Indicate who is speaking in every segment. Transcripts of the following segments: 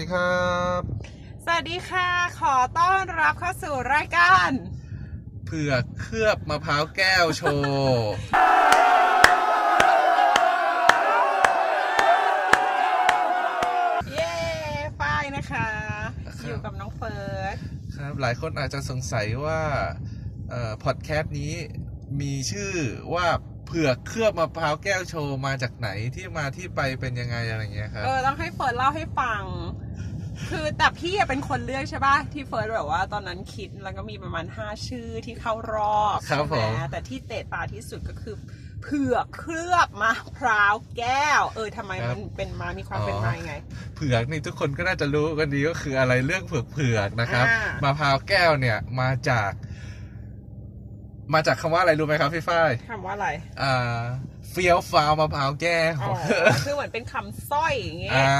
Speaker 1: ดีครับ
Speaker 2: สวัสดีค่ะ ขอต้อนรับเข้าสู่รายการ
Speaker 1: เผือกเคลือบมะพร้าวแก้วโชว์
Speaker 2: เย้ฝ้ายนะคะ อยู่กับน้องเฟิร์ส
Speaker 1: ครับ หลายคนอาจจะสงสัยว่าเอ่อพอดแคสต์นี้มีชื่อว่าเผือกเคลือบมะพร้าวแก้วโชว์มาจากไหนที่มาที่ไปเป็นยังไงอะไรเงี้ยครับ
Speaker 2: เออต้องให้เฟิร์สเล่าให้ฟัง คือแต่พี่อะเป็นคนเลือกใช่ป่ะที่เฟิร์สแบบว่าตอนนั้นคิดแล้วก็มีประมาณ 5 ชื่อที่เข้ารอบ
Speaker 1: ครับ
Speaker 2: ใช่ไห
Speaker 1: ผม
Speaker 2: แต่ที่เตะตาที่สุดก็คือเผือกเคลือบมะพร้าวแก้ว เออทำไมมันเป็นมามีความเป็นมายังไง
Speaker 1: เผือกนี่ทุกคนก็น่าจะรู้กันดีก็คืออะไรเรื่องเผือกเผือกๆนะครับ
Speaker 2: อ่าม
Speaker 1: มะพร้าวแก้วเนี่ยมาจาก มาจากคำว่าอะไรรู้ไหมครับพี่ฝ้าย
Speaker 2: คำว่าอะไร
Speaker 1: อ่าเฟี้ยวฟ้าวมะพร้าวแก้ว
Speaker 2: อ๋อคือเหมือนเป็นคำสร้อยอย่างเงี้ย
Speaker 1: อ่า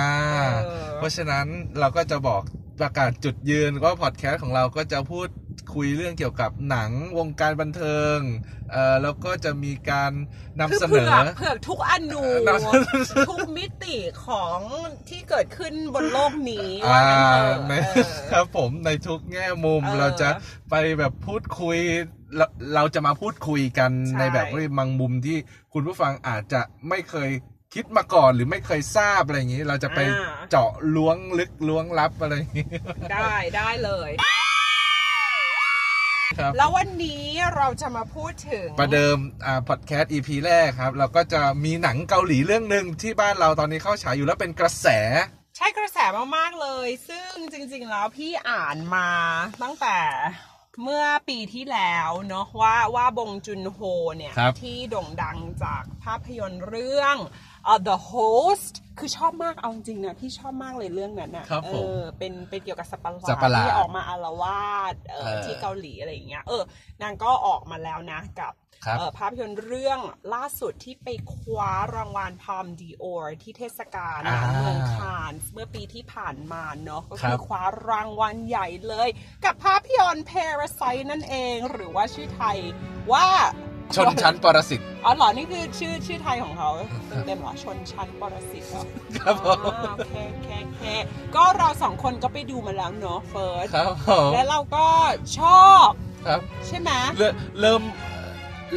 Speaker 2: เออ
Speaker 1: เพราะฉะนั้นเราก็จะบอกประกาศจุดยืนว่าพอดแคสต์ของเราก็จะพูดคุยเรื่องเกี่ยวกับหนังวงการบันเทิงเอ่อแล้วก็จะมีการนำ
Speaker 2: คือ
Speaker 1: เสน
Speaker 2: เผือ
Speaker 1: อ
Speaker 2: กเผือกทุกอนู
Speaker 1: นำเสนอ
Speaker 2: ทุกมิติของที่เกิดขึ้นบนโลกนี้ว่า
Speaker 1: อ่า
Speaker 2: งั้น
Speaker 1: ใน
Speaker 2: เถอะเออ
Speaker 1: ครับผมในทุกแง่มุม
Speaker 2: เออ
Speaker 1: เราจะไปแบบพูดคุยเราเราจะมาพูดคุยกัน
Speaker 2: ใช่
Speaker 1: ในแบบว่าบางมุมที่คุณผู้ฟังอาจจะไม่เคยคิดมาก่อนหรือไม่เคยทราบอะไรอย่างนี้ เราจะไปเจาะล้วงลึกล้วงลับอะไรอย่างนี้
Speaker 2: ได้ได้เลย
Speaker 1: ครับ
Speaker 2: แล้ววันนี้เราจะมาพูดถึง
Speaker 1: ประเดิมอ่าพอดแคสต์ EP แรกครับ เราก็จะมีหนังเกาหลีเรื่องหนึ่งที่บ้านเราตอนนี้เข้าฉายอยู่แล้วเป็นกระแส
Speaker 2: ใช่กระแสมาก ๆ เลย ซึ่งจริง ๆ แล้วพี่อ่านมาตั้งแต่เมื่อปีที่แล้วเนาะว่าว่าบงจุนโฮเนี่ย
Speaker 1: ครับ
Speaker 2: ที่โด่งดังจากภาพยนตร์เรื่องเอ่อ The Host คือชอบมากเอาจริงๆนะ พี่ชอบมากเลยเรื่องนั้นนะครับ เอ
Speaker 1: ผม
Speaker 2: อเป็นเป็นเกี่ยวกับสัตว์ประหลาด
Speaker 1: สัตว์ประหลาด
Speaker 2: ที่ออกมาอารวาสเออ
Speaker 1: เออ
Speaker 2: ที่เกาหลีอะไรอย่างเงี้ยเออนางก็ออกมาแล้วนะกับ
Speaker 1: ครับ
Speaker 2: เอ่อภาพยนตร์เรื่องล่าสุดที่ไปคว้ารางวัลพอมดีโอที่เทศกาล
Speaker 1: อ่า
Speaker 2: เมืองคานส์เมื่อปีที่ผ่านมาเนาะก็
Speaker 1: ครั
Speaker 2: คือบ คว้ารางวัลใหญ่เลย กับภาพยนตร์ Parasite นั่นเองหรือว่าชื่อไทยว่า
Speaker 1: ชนชั้นปรสิต
Speaker 2: อ๋อเหรอ นี่คือชื่อชื่อไทย ของเขาเต็มๆเหรอชนชั้นปรสิตเหรอ
Speaker 1: ครับผม
Speaker 2: อ่าโอเคโอเคโอเคก็เราสองคนก็ไปดูมาแล้วเนาะเฟิร์ส
Speaker 1: ครับผม
Speaker 2: และเราก็ชอบ
Speaker 1: ครับ
Speaker 2: ใช่ไหม
Speaker 1: เริ่มเริ่ม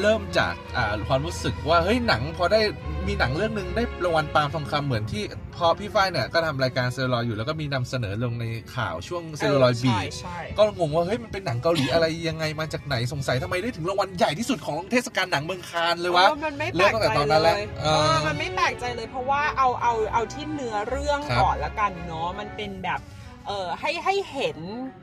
Speaker 1: เริ่มจากอ่าความรู้สึกว่าเฮ้ยหนังพอได้มีหนังเรื่องหนึ่งได้รางวัลปาล์มทองคำเหมือนที่พอพี่ฝ้ายเนี่ยก็ทำรายการเซลลอยอยู่แล้วก็มีนำเสนอลงในข่าวช่วงเซลลอยบี
Speaker 2: ใช่ใช่
Speaker 1: ก็งงว่าเฮ้ยมันเป็นหนังเกาหลีอะไรยังไงมาจากไหนสงสัยทำไมได้ถึงรางวัลใหญ่ที่สุดของเทศกาลหนังเมืองคานเลยวะ
Speaker 2: เออมันไม่แปลก
Speaker 1: เริ่มตั้งแต่
Speaker 2: ใจ
Speaker 1: ตอนนั้น
Speaker 2: เล
Speaker 1: แล้ว
Speaker 2: ย
Speaker 1: เอ
Speaker 2: เอ
Speaker 1: อ
Speaker 2: อมันไม่แปลกใจเลยเพราะว่าเอาเอาเอาที่เนื้อเรื่อง
Speaker 1: ครับ
Speaker 2: ก่อนละกันเนาะมันเป็นแบบเออให้ให้เห็น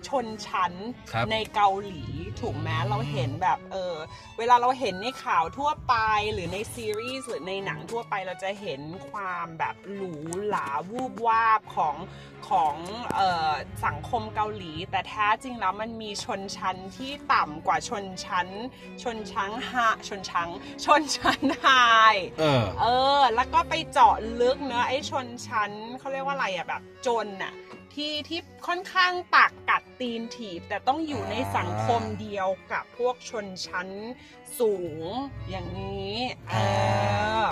Speaker 2: ชนชั้น
Speaker 1: ครับ
Speaker 2: ในเกาหลีถูกไหม
Speaker 1: อืม
Speaker 2: เราเห็นแบบเออเวลาเราเห็นในข่าวทั่วไปหรือในซีรีส์หรือในหนังทั่วไปเราจะเห็นความแบบหรูหราวูบวาบของของเออสังคมเกาหลี แต่แท้จริงแล้วมันมีชนชั้นที่ต่ำกว่าชนชั้น ชนชั้นฮาชนชั้นชนชั้นไฮ
Speaker 1: เออ
Speaker 2: เออ แล้วก็ไปเจาะลึกเนอะไอ้ชนชั้นเขาเรียกว่าอะไรอะแบบจนอะที่ที่ค่อนข้างปากกัดตีนถีบ แต่ต้องอยู่ในสังคมเดียวกับพวกชนชั้นสูงอย่างนี้เออ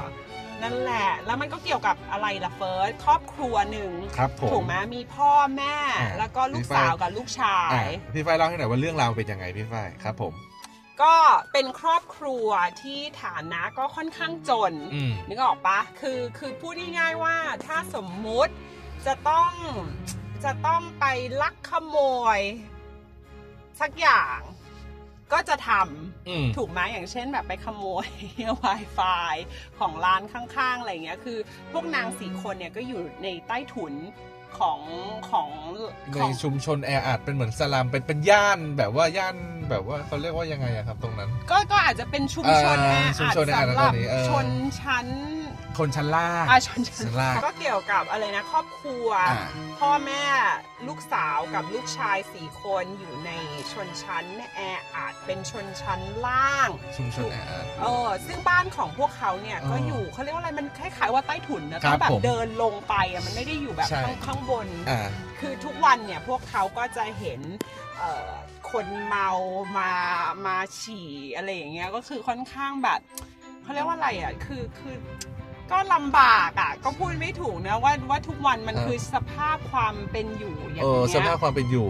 Speaker 2: นั่นแหละ แล้วมันก็เกี่ยวกับอะไรล่ะเฟิร์สครอบครัวหนึ่ง
Speaker 1: ครับผม
Speaker 2: ถูกไหมมีพ่อแม่
Speaker 1: อ่า
Speaker 2: แล้วก็ลู
Speaker 1: มี
Speaker 2: ก
Speaker 1: ไฟ
Speaker 2: สาวกับลูกชาย
Speaker 1: อ่ะพี่ฝ้ายเล่าให้หน่อยว่าเรื่องราวเป็นยังไงพี่ฝ้ายครับผม
Speaker 2: ก็เป็นครอบครัวที่ฐานะก็ค่อนข้างจน
Speaker 1: อืม
Speaker 2: นึกออกปะคือคือพูดง่ายๆว่าถ้าสมมุติจะต้องจะต้องไปลักขโมย สักอย่างก็จะทำ
Speaker 1: อืม
Speaker 2: ถูกไหมอย่างเช่นแบบไปขโมย Wi-Fi ของร้านข้างๆอะไรอย่างเงี้ยคือ พวกนางสี่คนเนี่ยก็อยู่ในใต้ถุนของของ
Speaker 1: ใน
Speaker 2: ของ
Speaker 1: ชุมชนแออัดเป็นเหมือนสลัมเป็นเป็นย่านแบบว่าย่านแบบว่าเขาเรียกว่ายังไงอะครับ ตรงนั้น
Speaker 2: ก็ก็อาจจะเป็นชุมชน
Speaker 1: เอ่
Speaker 2: แอ
Speaker 1: อ
Speaker 2: อัด
Speaker 1: ชุมชนแออัด
Speaker 2: สำห
Speaker 1: ตอ
Speaker 2: รับ
Speaker 1: นนี้เออ
Speaker 2: ชนชั้น
Speaker 1: คนชั้นล่าง
Speaker 2: อาชนชั้น
Speaker 1: ชั้นล่าง
Speaker 2: ก็เกี่ยวกับอะไรนะครอบครัว
Speaker 1: อ่า
Speaker 2: พ่อแม่ลูกสาวกับลูกชายสี่คนอยู่ในชนชั้นแออัดเป็นชนชั้นล่าง
Speaker 1: ชุมชนแออัด
Speaker 2: เออซึ่งบ้านของพวกเขาเนี่ย
Speaker 1: เออ
Speaker 2: ก็อยู่เขาเรียกว่าอะไรมันคล้ายๆว่าใต้ถุนนะ
Speaker 1: ครับ
Speaker 2: ต้องแบ
Speaker 1: ผ
Speaker 2: บ
Speaker 1: ม
Speaker 2: เดินลงไปอะมันไม่ได้อยู่แบบ
Speaker 1: ใช่
Speaker 2: ข้างข้างบน
Speaker 1: อ่า
Speaker 2: คือทุกวันเนี่ยพวกเขาก็จะเห็นเอ่อคนเมามามาฉี่อะไรอย่างเงี้ยก็คือค่อนข้างแบบเขาเรียกว่าอะไรอ่ะคือคือ ก็ลำบากอ่ะ ก็พูดไม่ถูกนะว่าว่าทุกวันมัน
Speaker 1: อ่า
Speaker 2: คือสภาพความเป็นอยู่อย่าง
Speaker 1: เออส
Speaker 2: เงี้
Speaker 1: ภาพ
Speaker 2: ย
Speaker 1: ความเป็นอยู่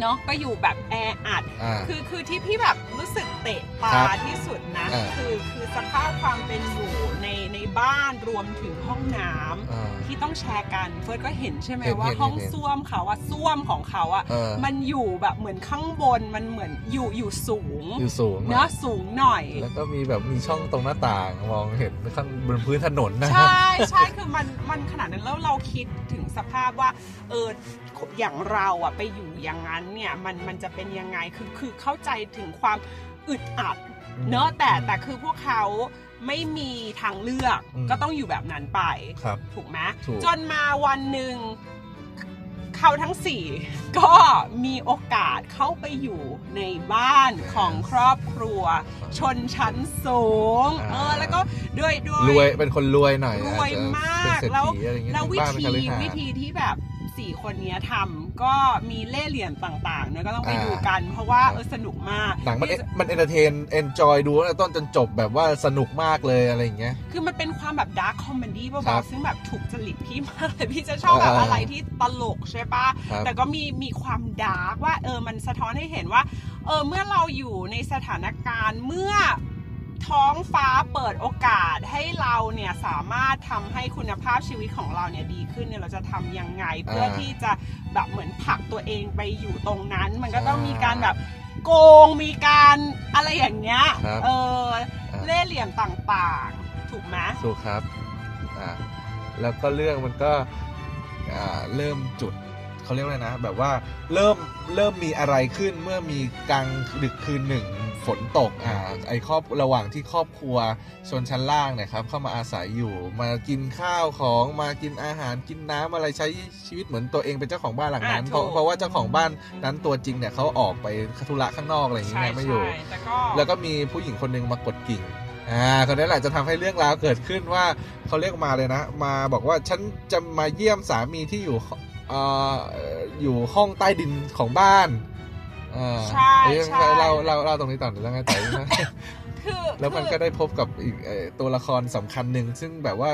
Speaker 2: เนาะก็อยู่แบบแออัด
Speaker 1: อ่า
Speaker 2: คือคือที่พี่แบบรู้สึกเตะตา
Speaker 1: ครับ
Speaker 2: ที่สุดนะ
Speaker 1: อ่า
Speaker 2: คือคือสภาพความเป็นอยู่ในในบ้านรวมถึงห้องน้ำ
Speaker 1: อ่า
Speaker 2: ที่ต้องแชร์กันเฟิร์สก็เห็นใช่ไหม
Speaker 1: เห็น
Speaker 2: ว่า
Speaker 1: เห็น
Speaker 2: ห้อง
Speaker 1: เห็น
Speaker 2: ส้วมเขาอะส้วมของเขาอะ
Speaker 1: เออ
Speaker 2: มันอยู่แบบเหมือนข้างบนมันเหมือนอยู่อยู่สูง
Speaker 1: อยู่สูงหน่อ
Speaker 2: เนาะ
Speaker 1: ย
Speaker 2: สูงหน่อย
Speaker 1: แล้วก็มีแบบมีช่องตรงหน้าต่างมองเห็นข้างบนพื้นถนนนะ
Speaker 2: ใช่ใช่คือมันมันขนาดนั้นแล้วเราคิดถึงสภาพว่าเอออย่างเราอะไปอยู่อย่างนั้นเนี่ยมันมันจะเป็นยังไงคือคือเข้าใจถึงความอึดอัด เนอะแต่แต่คือพวกเขาไม่มีทางเลือก
Speaker 1: อืม
Speaker 2: ก็ต้องอยู่แบบนั้นไป
Speaker 1: ครับ
Speaker 2: ถูกไหม
Speaker 1: ถูก
Speaker 2: จนมาวันหนึ่งเขาทั้งสี่ ก็มีโอกาสเข้าไปอยู่ในบ้านของครอบครัว ชนชั้นสูงเออแล้วก็ด้วยด้วย
Speaker 1: รวยเป็นคนรวยหน่อย
Speaker 2: รวยมา
Speaker 1: อจ
Speaker 2: ก
Speaker 1: จะเป็นเศรษฐี
Speaker 2: แล้ว
Speaker 1: อะไรเงี้ย
Speaker 2: แล้ววิ
Speaker 1: บ้าน
Speaker 2: ธี
Speaker 1: เป็นคฤหาสน์
Speaker 2: วิธีที่แบบสี่คนเนี้ยทำก็มีเล่ห์เหลี่ยมต่างๆเนอะก็ต้องไป
Speaker 1: อ่า
Speaker 2: ดูกัน เพราะว่า
Speaker 1: ครับ
Speaker 2: เออสนุกมาก
Speaker 1: หนังมัน
Speaker 2: ที่
Speaker 1: มันเอนเตอร์เทนเอนจอยดูตั้งแต่ต้นจนจบแบบว่าสนุกมากเลยอะไรอย่างเงี้ย
Speaker 2: คือมันเป็นความแบบดาร์คคอมเมดี้
Speaker 1: ครั
Speaker 2: เบา
Speaker 1: บ
Speaker 2: ๆซึ่งแบบถูกจริตพี่มากเลย พี่จะชอบแบบ
Speaker 1: อ่า
Speaker 2: อะไรที่ตลกใช่ปะ
Speaker 1: ครับ
Speaker 2: แต่ก็มีมีความดาร์กว่าเออมันสะท้อนให้เห็นว่าเออเมื่อเราอยู่ในสถานการณ์เมื่อท้องฟ้าเปิดโอกาสให้เราเนี่ยสามารถทำให้คุณภาพชีวิตของเราเนี่ยดีขึ้นเนี่ยเราจะทำยังไง เพื่อที่จะแบบเหมือนผลักตัวเองไปอยู่ตรงนั้น มันก็ต้องมีการแบบโกงมีการอะไรอย่างเงี้ย
Speaker 1: ครับ
Speaker 2: เออ
Speaker 1: อ่ะ
Speaker 2: เล่ห์เหลี่ยมต่างๆ ถูกไหม
Speaker 1: สู้ครับอ่าแล้วก็เรื่องมันก็อ่าเริ่มจุดเขาเรียกว่าอะไรนะ แบบว่าเริ่มเริ่มมีอะไรขึ้นเมื่อมีกลางดึกคืนหนึ่งฝนตกอ่าไอครอบระหว่างที่ครอบครัวชนชั้นล่างเนะครับ เข้ามาอาศัยอยู่มากินข้าวของมากินอาหารกินน้ำอะไรใช้ชีวิตเหมือนตัวเองเป็นเจ้าของบ้านหลังนั้น
Speaker 2: อ่ะ
Speaker 1: เพราะ
Speaker 2: ถูก
Speaker 1: เพราะว่าเจ้าของบ้านนั้นตัวจริงเนี่ยเขาออกไปธุระข้างนอกอะไรอย่างเงี้
Speaker 2: ใช่
Speaker 1: ยไม่อยู่
Speaker 2: ใช่แต่ก็
Speaker 1: แล้วก็มีผู้หญิงคนหนึ่งมากดกิ่ง อ่า คนนี้แหละจะทำให้เรื่องราวเกิดขึ้นว่าเขาเรียกมาเลยนะ มาบอกว่าฉันจะมาเยี่ยมสามีที่อยู่เอ่ออยู่ห้องใต้ดินของบ้านอ่า
Speaker 2: ใช่
Speaker 1: เรื่อง
Speaker 2: ใช่
Speaker 1: เราเราเราตรงนี้ ต่อแล้วไงต่อ
Speaker 2: คือ
Speaker 1: แล้วมันก็
Speaker 2: คือ
Speaker 1: ได้พบกับอีกเอ่อตัวละครสำคัญหนึ่งซึ่งแบบว่า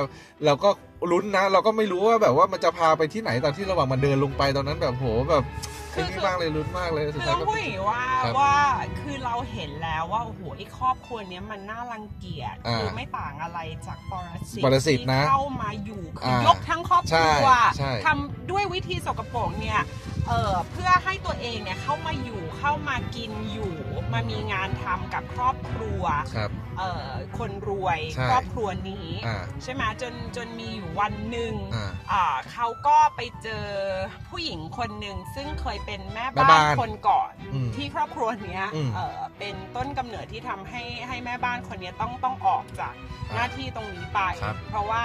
Speaker 1: เราก็ลุ้นนะ เราก็ไม่รู้ว่าแบบว่ามันจะพาไปที่ไหนตอนที่ระหว่างมันเดินลงไปตอนนั้นแบบโหแบบไอ้นี่มากเลยลุ้นมากเลยสุ
Speaker 2: คื
Speaker 1: ด
Speaker 2: อ
Speaker 1: ท้าย
Speaker 2: ต้อง
Speaker 1: ก็
Speaker 2: พูดอย่างนี้ว่า
Speaker 1: ครับ
Speaker 2: ว่าคือเราเห็นแล้วว่าโอ้โหไอ้ครอบครัวเนี้ยมันน่ารังเกียจ
Speaker 1: อ่า
Speaker 2: คือไม่ต่างอะไรจากปรสิต
Speaker 1: ปรสิต
Speaker 2: ที่
Speaker 1: นะ
Speaker 2: เข้ามาอยู่คือา อยกทั้งครอบค
Speaker 1: ใช่
Speaker 2: รัว
Speaker 1: ใช่
Speaker 2: ทำด้วยวิธีสกปรกเนี่ยเออเพื่อให้ตัวเองเนี่ยเข้ามาอยู่เข้ามากินอยู่มามีงานทำกับครอบครัว
Speaker 1: ครับ
Speaker 2: เออคนรวย
Speaker 1: ใช่
Speaker 2: ครอบครัวนี้
Speaker 1: อ่า
Speaker 2: ใช่ไหมจนจนมีอยู่วันหนึ่ง
Speaker 1: อ่า
Speaker 2: อ่าเขาก็ไปเจอผู้หญิงคนหนึ่งซึ่งเคยเป็นแม่
Speaker 1: แม่
Speaker 2: บ้า
Speaker 1: บ้าน น
Speaker 2: คนก่อน
Speaker 1: อืม
Speaker 2: ที่ครอบครัวเนี้ย
Speaker 1: อืม
Speaker 2: เอ่อเป็นต้นกำเนิดที่ทำให้ให้แม่บ้านคนเนี้ยต้องต้องออกจากหน้าที่ตรงนี้ไป
Speaker 1: ครับ
Speaker 2: เพราะว่า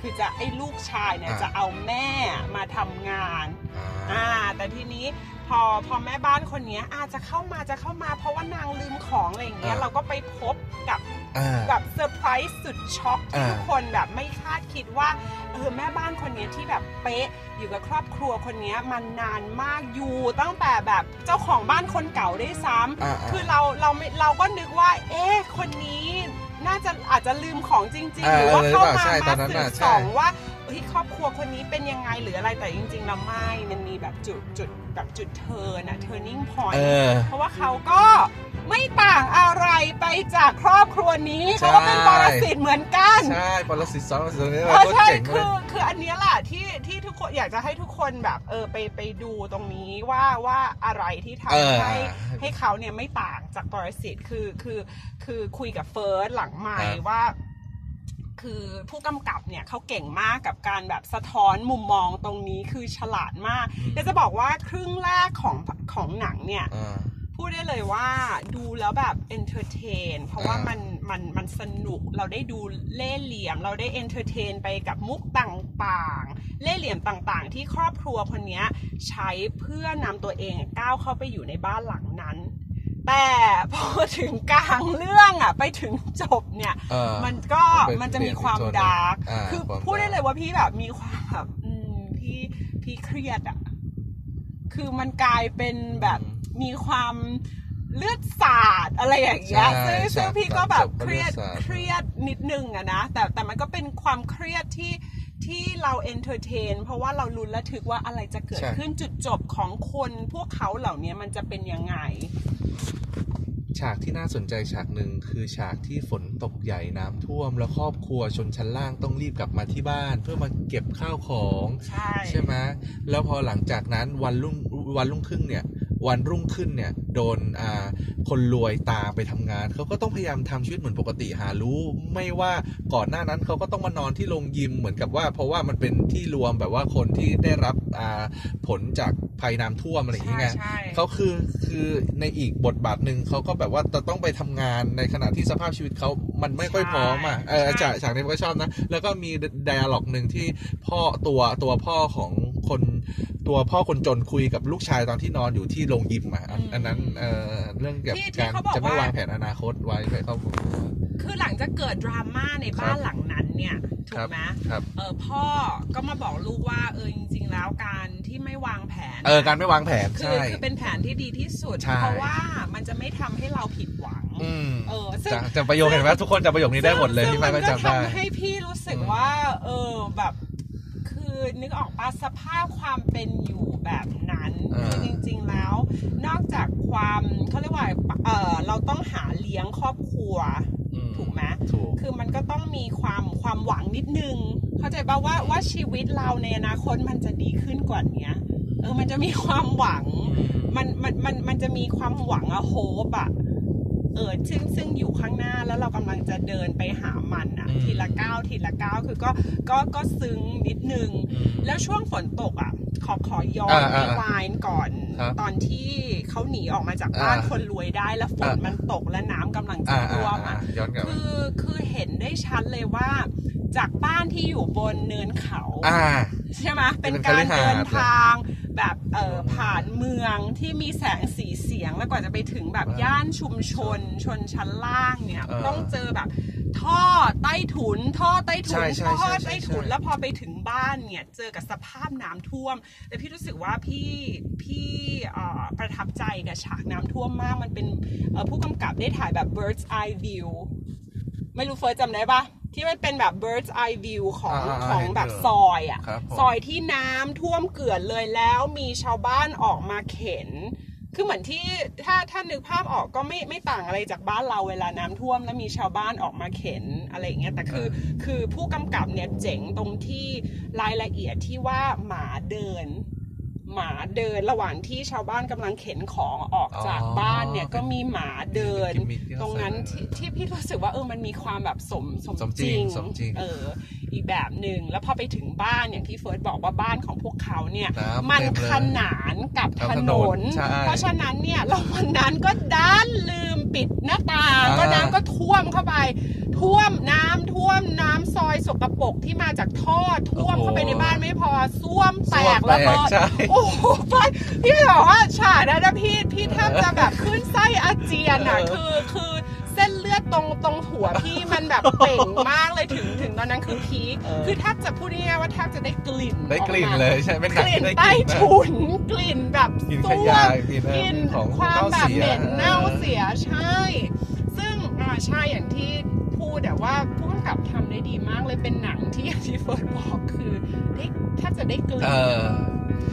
Speaker 2: คือจะไอ้ลูกชายเนี่ย
Speaker 1: อ่า
Speaker 2: จะเอาแม่มาทำงาน
Speaker 1: อ่า
Speaker 2: อ่าแต่ทีนี้พอพอแม่บ้านคนเนี้ยอาจจะเข้ามาจะเข้ามาเพราะว่านางลืมของอะไรอย่างเงี้ย
Speaker 1: อ่า
Speaker 2: เราก็ไปพบกับ
Speaker 1: อ่า
Speaker 2: แบบเซอร์ไพรส์สุดช็อกที่
Speaker 1: อ่า
Speaker 2: ทุกคนแบบไม่คาดคิดว่าเออแม่บ้านคนเนี้ยที่แบบเป๊ะอยู่กับครอบครัวคนเนี้ยมันนานมากอยู่ตั้งแต่แบบเจ้าของบ้านคนเก่าด้วยซ้ำ
Speaker 1: าา
Speaker 2: คือเราเราไม่เราก็นึกว่า เอ๊ะคนนี้น่าจะอาจจะลืมของจริงๆ หรือว่าเข้ามา
Speaker 1: เออเออใช่ตอ
Speaker 2: มาน
Speaker 1: นั้น
Speaker 2: สื่
Speaker 1: น่ะ
Speaker 2: อ
Speaker 1: ใช่
Speaker 2: สองว่าเฮ้ยครอบครัวคนนี้เป็นยังไงหรืออะไรแต่จริงๆเราไม่มันมีแบบจุดจุดแบบจุดเทิร์นอะ turning point
Speaker 1: เออ
Speaker 2: เพราะว่าเขาก็ไม่ต่างอะไรไปจากครอบครัวนี้
Speaker 1: ใช่
Speaker 2: เขาก็เป็นปรสิตเหมือนกัน
Speaker 1: ใช่ปรสิตสองปรสิตตัวนี้
Speaker 2: เอ
Speaker 1: เรา
Speaker 2: อ
Speaker 1: ก็
Speaker 2: ใช่
Speaker 1: เจ๋งเล
Speaker 2: คื
Speaker 1: ย
Speaker 2: อคืออันเนี้ยแหละที่ที่ทุกคนอยากจะให้ทุกคนแบบเออไปไปดูตรงนี้ว่าว่าอะไรที่
Speaker 1: เออ
Speaker 2: ทำให้ให้เขาเนี่ยไม่ต่างจากปรสิตคือคือคือคุยกับเฟิร์สหลังใหม่
Speaker 1: ครับ
Speaker 2: ว่า คือผู้กำกับเนี่ยเขาเก่งมากกับการแบบสะท้อนมุมมองตรงนี้คือฉลาดมาก
Speaker 1: อืม
Speaker 2: แต่จะบอกว่าครึ่งแรกของของหนังเนี่ย
Speaker 1: อ่า
Speaker 2: พูดได้เลยว่าดูแล้วแบบเอนเตอร์เทนเพราะว่า
Speaker 1: อ่ามั
Speaker 2: มันมันมันสนุกเราได้ดูเล่ห์เหลี่ยม เราได้เอนเตอร์เทนไปกับมุกต่างๆ เล่ห์เหลี่ยมต่างๆ ที่ครอบครัวคนเนี้ยใช้เพื่อนำตัวเองก้าวเข้าไปอยู่ในบ้านหลังนั้น แต่พอถึงกลางเรื่องอะไปถึงจบเนี่ย มันก็
Speaker 1: มันเป็น
Speaker 2: มันจะมีความ
Speaker 1: เปลี่ยนอีก
Speaker 2: ดาร์ก
Speaker 1: อ่า
Speaker 2: คือ
Speaker 1: ความ
Speaker 2: พูดได้
Speaker 1: ดาร์ก
Speaker 2: เลยว่าพี่แบบมีความแบบอืมพี่พี่เครียดอะ คือมันกลายเป็นแบบมีความ เลือดสาดอะไรอย่างเงี้ย
Speaker 1: ใช่
Speaker 2: ซึ่งซึ่ง
Speaker 1: จาก
Speaker 2: พี่ก็แบ
Speaker 1: จา
Speaker 2: บ
Speaker 1: ก
Speaker 2: เครียด
Speaker 1: เลือดสาด
Speaker 2: เครียดนิดนึงอะนะ แต่แต่มันก็เป็นความเครียดที่ที่เราเอนเตอร์เทน เพราะว่าเราลุ้นระทึกว่าอะไรจะเกิด
Speaker 1: ใช่
Speaker 2: ขึ้นจุดจบของคนพวกเขาเหล่านี้มันจะเป็นยังไง
Speaker 1: ฉากที่น่าสนใจฉากหนึ่งคือฉากที่ฝนตกใหญ่น้ำท่วม แล้วครอบครัวชนชั้นล่างต้องรีบกลับมาที่บ้าน เพื่อมาเก็บข้าวของ
Speaker 2: ใช่
Speaker 1: ใช่ไหมแล้วพอหลังจากนั้นวันรุ่งวันรุ่งขึ้นเนี่ย วันรุ่งขึ้นเนี่ยโดนอ่าคนรวยตามไปทำงาน เขาก็ต้องพยายามทำชีวิตเหมือนปกติหารู้ ไม่ว่าก่อนหน้านั้นเขาก็ต้องมานอนที่โรงยิมเหมือนกับว่า เพราะว่ามันเป็นที่รวมแบบว่าคนที่ได้รับอ่าผลจากภัยน้ำท่วมอะไรอย่างเงี้ย
Speaker 2: ใช่ใช่
Speaker 1: เขาคือคือในอีกบทบาทหนึ่งเขาก็แบบว่าจะต้องไปทำงานในขณะที่สภาพชีวิตเขามันไม่ค่อยพร้อมอ่ะเออ
Speaker 2: ใช่
Speaker 1: ฉากฉากนี้ผมก็ชอบนะ แล้วก็มีไดอะล็อกหนึ่งที่พ่อตัวตัวพ่อของคนตัวพ่อคนจนคุยกับลูกชายตอนที่นอนอยู่ที่โรงยิมอ่ะอันอันนั้นเออเรื่องเกี่ยวกับการจะไม่วางแผนอนาคตไว้ไปเข้า
Speaker 2: คือหลังจากเกิดดราม่าในบ้านหลังนั้นเนี่ยถูกไหม
Speaker 1: ครับ
Speaker 2: เออพ่อก็มาบอกลูกว่าเออจริง ๆ แล้วการที่ไม่วางแผน
Speaker 1: เออการไม่วางแผน
Speaker 2: คือ
Speaker 1: ใช่
Speaker 2: คือเป็นแผนที่ดีที่สุด
Speaker 1: ใช่
Speaker 2: เพราะว่ามันจะไม่ทำให้เราผิดหวัง
Speaker 1: อืม
Speaker 2: เออซึ่ง
Speaker 1: จะจะประโยคเห็นไหมทุกคนจะประโยคนี้ได้หมดเลย
Speaker 2: ซึ่ง
Speaker 1: พี่ไม้ก็
Speaker 2: ซึ่ง
Speaker 1: จำได้
Speaker 2: นทำให้พี่รู้สึก
Speaker 1: อืม
Speaker 2: ว่า เออแบบ คือนึกออกปะสภาพความเป็นอยู่แบบนั้นคือจริง ๆแล้ว นอกจากความเขาเรียกว่าเออเราต้องหาเลี้ยงครอบครัว
Speaker 1: อืม
Speaker 2: ถูกไหม
Speaker 1: ถูก
Speaker 2: คือมันก็ต้องมีความความหวังนิดนึง เข้าใจป่าว่าว่าชีวิตเราในอนาคตมันจะดีขึ้นกว่าเนี้ย เออมันจะมีความหวัง มันมันมันมันจะมีความหวังอะโฮปอะเออซึ่งซึ่งอยู่ข้างหน้าแล้วเรากำลังจะเดินไปหามันอะ
Speaker 1: อืม
Speaker 2: ทีละก้าวทีละก้าวคือก็ก็ก็ซึ้งนิดนึง
Speaker 1: อืม
Speaker 2: แล้วช่วงฝนตกอ่ะ ขอขอย้อน
Speaker 1: อ่าอ่า
Speaker 2: รีวายน์ก่อน
Speaker 1: ครับ
Speaker 2: ตอนที่เขาหนีออกมาจากบ้าน
Speaker 1: อ่า
Speaker 2: คนรวยได้แล้วฝน
Speaker 1: อ่ามั
Speaker 2: มันตกและน้ำกำลังจะ
Speaker 1: อ่าอ่า
Speaker 2: ท่วม
Speaker 1: อ่า
Speaker 2: อะ
Speaker 1: ย้อนกลับมา
Speaker 2: คือคือเห็นได้ชัดเลยว่า จากบ้านที่อยู่บนเนินเขา
Speaker 1: อ่า
Speaker 2: ใช่ไหมเป็น
Speaker 1: เป็นคฤหาสน์
Speaker 2: การเดินทางแบบเออ
Speaker 1: อืม
Speaker 2: ผ่านเมืองที่มีแสงสีเสียงแล้วกว่าจะไปถึงแบบ
Speaker 1: อ่า
Speaker 2: ย่านชุมชน ชนชั้นล่างเนี่ย
Speaker 1: เออ
Speaker 2: ต้องเจอแบบ ท่อใต้ถุน ท่อใต้ถุน
Speaker 1: ใช่ใช่
Speaker 2: ท่อ
Speaker 1: ใช่ใช่
Speaker 2: ใต้ถุน
Speaker 1: ใช่
Speaker 2: แล้วพอไปถึงบ้านเนี่ย เจอกับสภาพน้ำท่วม แต่พี่รู้สึกว่าพี่พี่เอ่อประทับใจกับฉากน้ำท่วมมากมันเป็นเอ่อผู้กำกับได้ถ่ายแบบ bird's eye view ไม่รู้เฟิร์สจำได้ปะที่มันเป็นแบบ bird's eye view ของ
Speaker 1: อ่าอ่า
Speaker 2: ของแบบ
Speaker 1: เห็นอยู่
Speaker 2: ซอยอ่ะ
Speaker 1: ครับผม
Speaker 2: ซอยที่น้ำท่วมเกลื่อนเลยแล้วมีชาวบ้านออกมาเข็น คือเหมือนที่ถ้าถ้านึกภาพออกก็ไม่ไม่ต่างอะไรจากบ้านเราเวลาน้ำท่วมแล้วมีชาวบ้านออกมาเข็นอะไรอย่างเงี้ยแต่คือคือผู้กำกับเนี่ยเจ๋งตรงที่รายละเอียดที่ว่าหมาเดิน หมาเดินระหว่างที่ชาวบ้านกำลังเข็นของออกจาก
Speaker 1: อ๋อ
Speaker 2: บ้านเนี่ย
Speaker 1: เป็น
Speaker 2: ก็มีหมาเดิน
Speaker 1: กิมมิคที่
Speaker 2: ต
Speaker 1: เขา
Speaker 2: รง
Speaker 1: ใส่
Speaker 2: นั้น
Speaker 1: มา
Speaker 2: ที่ที่พี่รู้สึกว่าเออมันมีความแบบสมสม
Speaker 1: สมจริงสมจริง
Speaker 2: เออ อีกแบบหนึ่งแล้วพอไปถึงบ้านอย่างที่เฟิร์สบอกว่าบ้านของพวกเขาเนี่ย
Speaker 1: น้ำ
Speaker 2: มัน
Speaker 1: เต็มเลย
Speaker 2: ขนานกับ
Speaker 1: กับ
Speaker 2: ถ
Speaker 1: ถน
Speaker 2: นน
Speaker 1: นใช่
Speaker 2: เพราะฉะนั้นเนี่ยเราวันนั้นก็ด้านลืมปิดหน้าต่าง
Speaker 1: อ่า
Speaker 2: ก็น้ำก็ท่วมเข้าไป ท่วมน้ำท่วมน้ำซอยสกปรกที่มาจากท่อท่วมเข้าไปในบ้านไม่พอซ่วมแตกระเบิด
Speaker 1: ใช่
Speaker 2: โอ้โหไปพี่บอกว่าฉากนั้นนะพี่พี่แทบจะแบบขึ้นไส้อาเจียนอ่ะ
Speaker 1: เอ
Speaker 2: คือ
Speaker 1: อ
Speaker 2: คือเส้นเลือดตรงตรงหัวพี่มันแบบเป่งมากเลยถึงถึงตอนนั้นคือพีคคือแทบจะพูดง่ายๆว่าแทบจะได้กลิ่น
Speaker 1: ได้กลิ่น
Speaker 2: ออก
Speaker 1: เล
Speaker 2: มาย
Speaker 1: ใช่เป็นห
Speaker 2: ก
Speaker 1: นัง
Speaker 2: ลิ่น
Speaker 1: ที่ได้
Speaker 2: ใต้
Speaker 1: นะ
Speaker 2: ถุนกลิ่นแบบ
Speaker 1: กลิ่น
Speaker 2: ซ่
Speaker 1: ข
Speaker 2: วย
Speaker 1: ะกลิ่น
Speaker 2: ม
Speaker 1: อะไร
Speaker 2: กิน
Speaker 1: ของ
Speaker 2: ความแบบเหม็นเน่าเสี
Speaker 1: ย
Speaker 2: ยใช่ ซึ่งอ่าใช่อย่างที่พูดแต่ว่าผู้กำกับทำได้ดีมากเลยเป็นหนังที่อย่างที่เฟิร์สบอกคือได้แทบจะได้กลิ่น
Speaker 1: เออ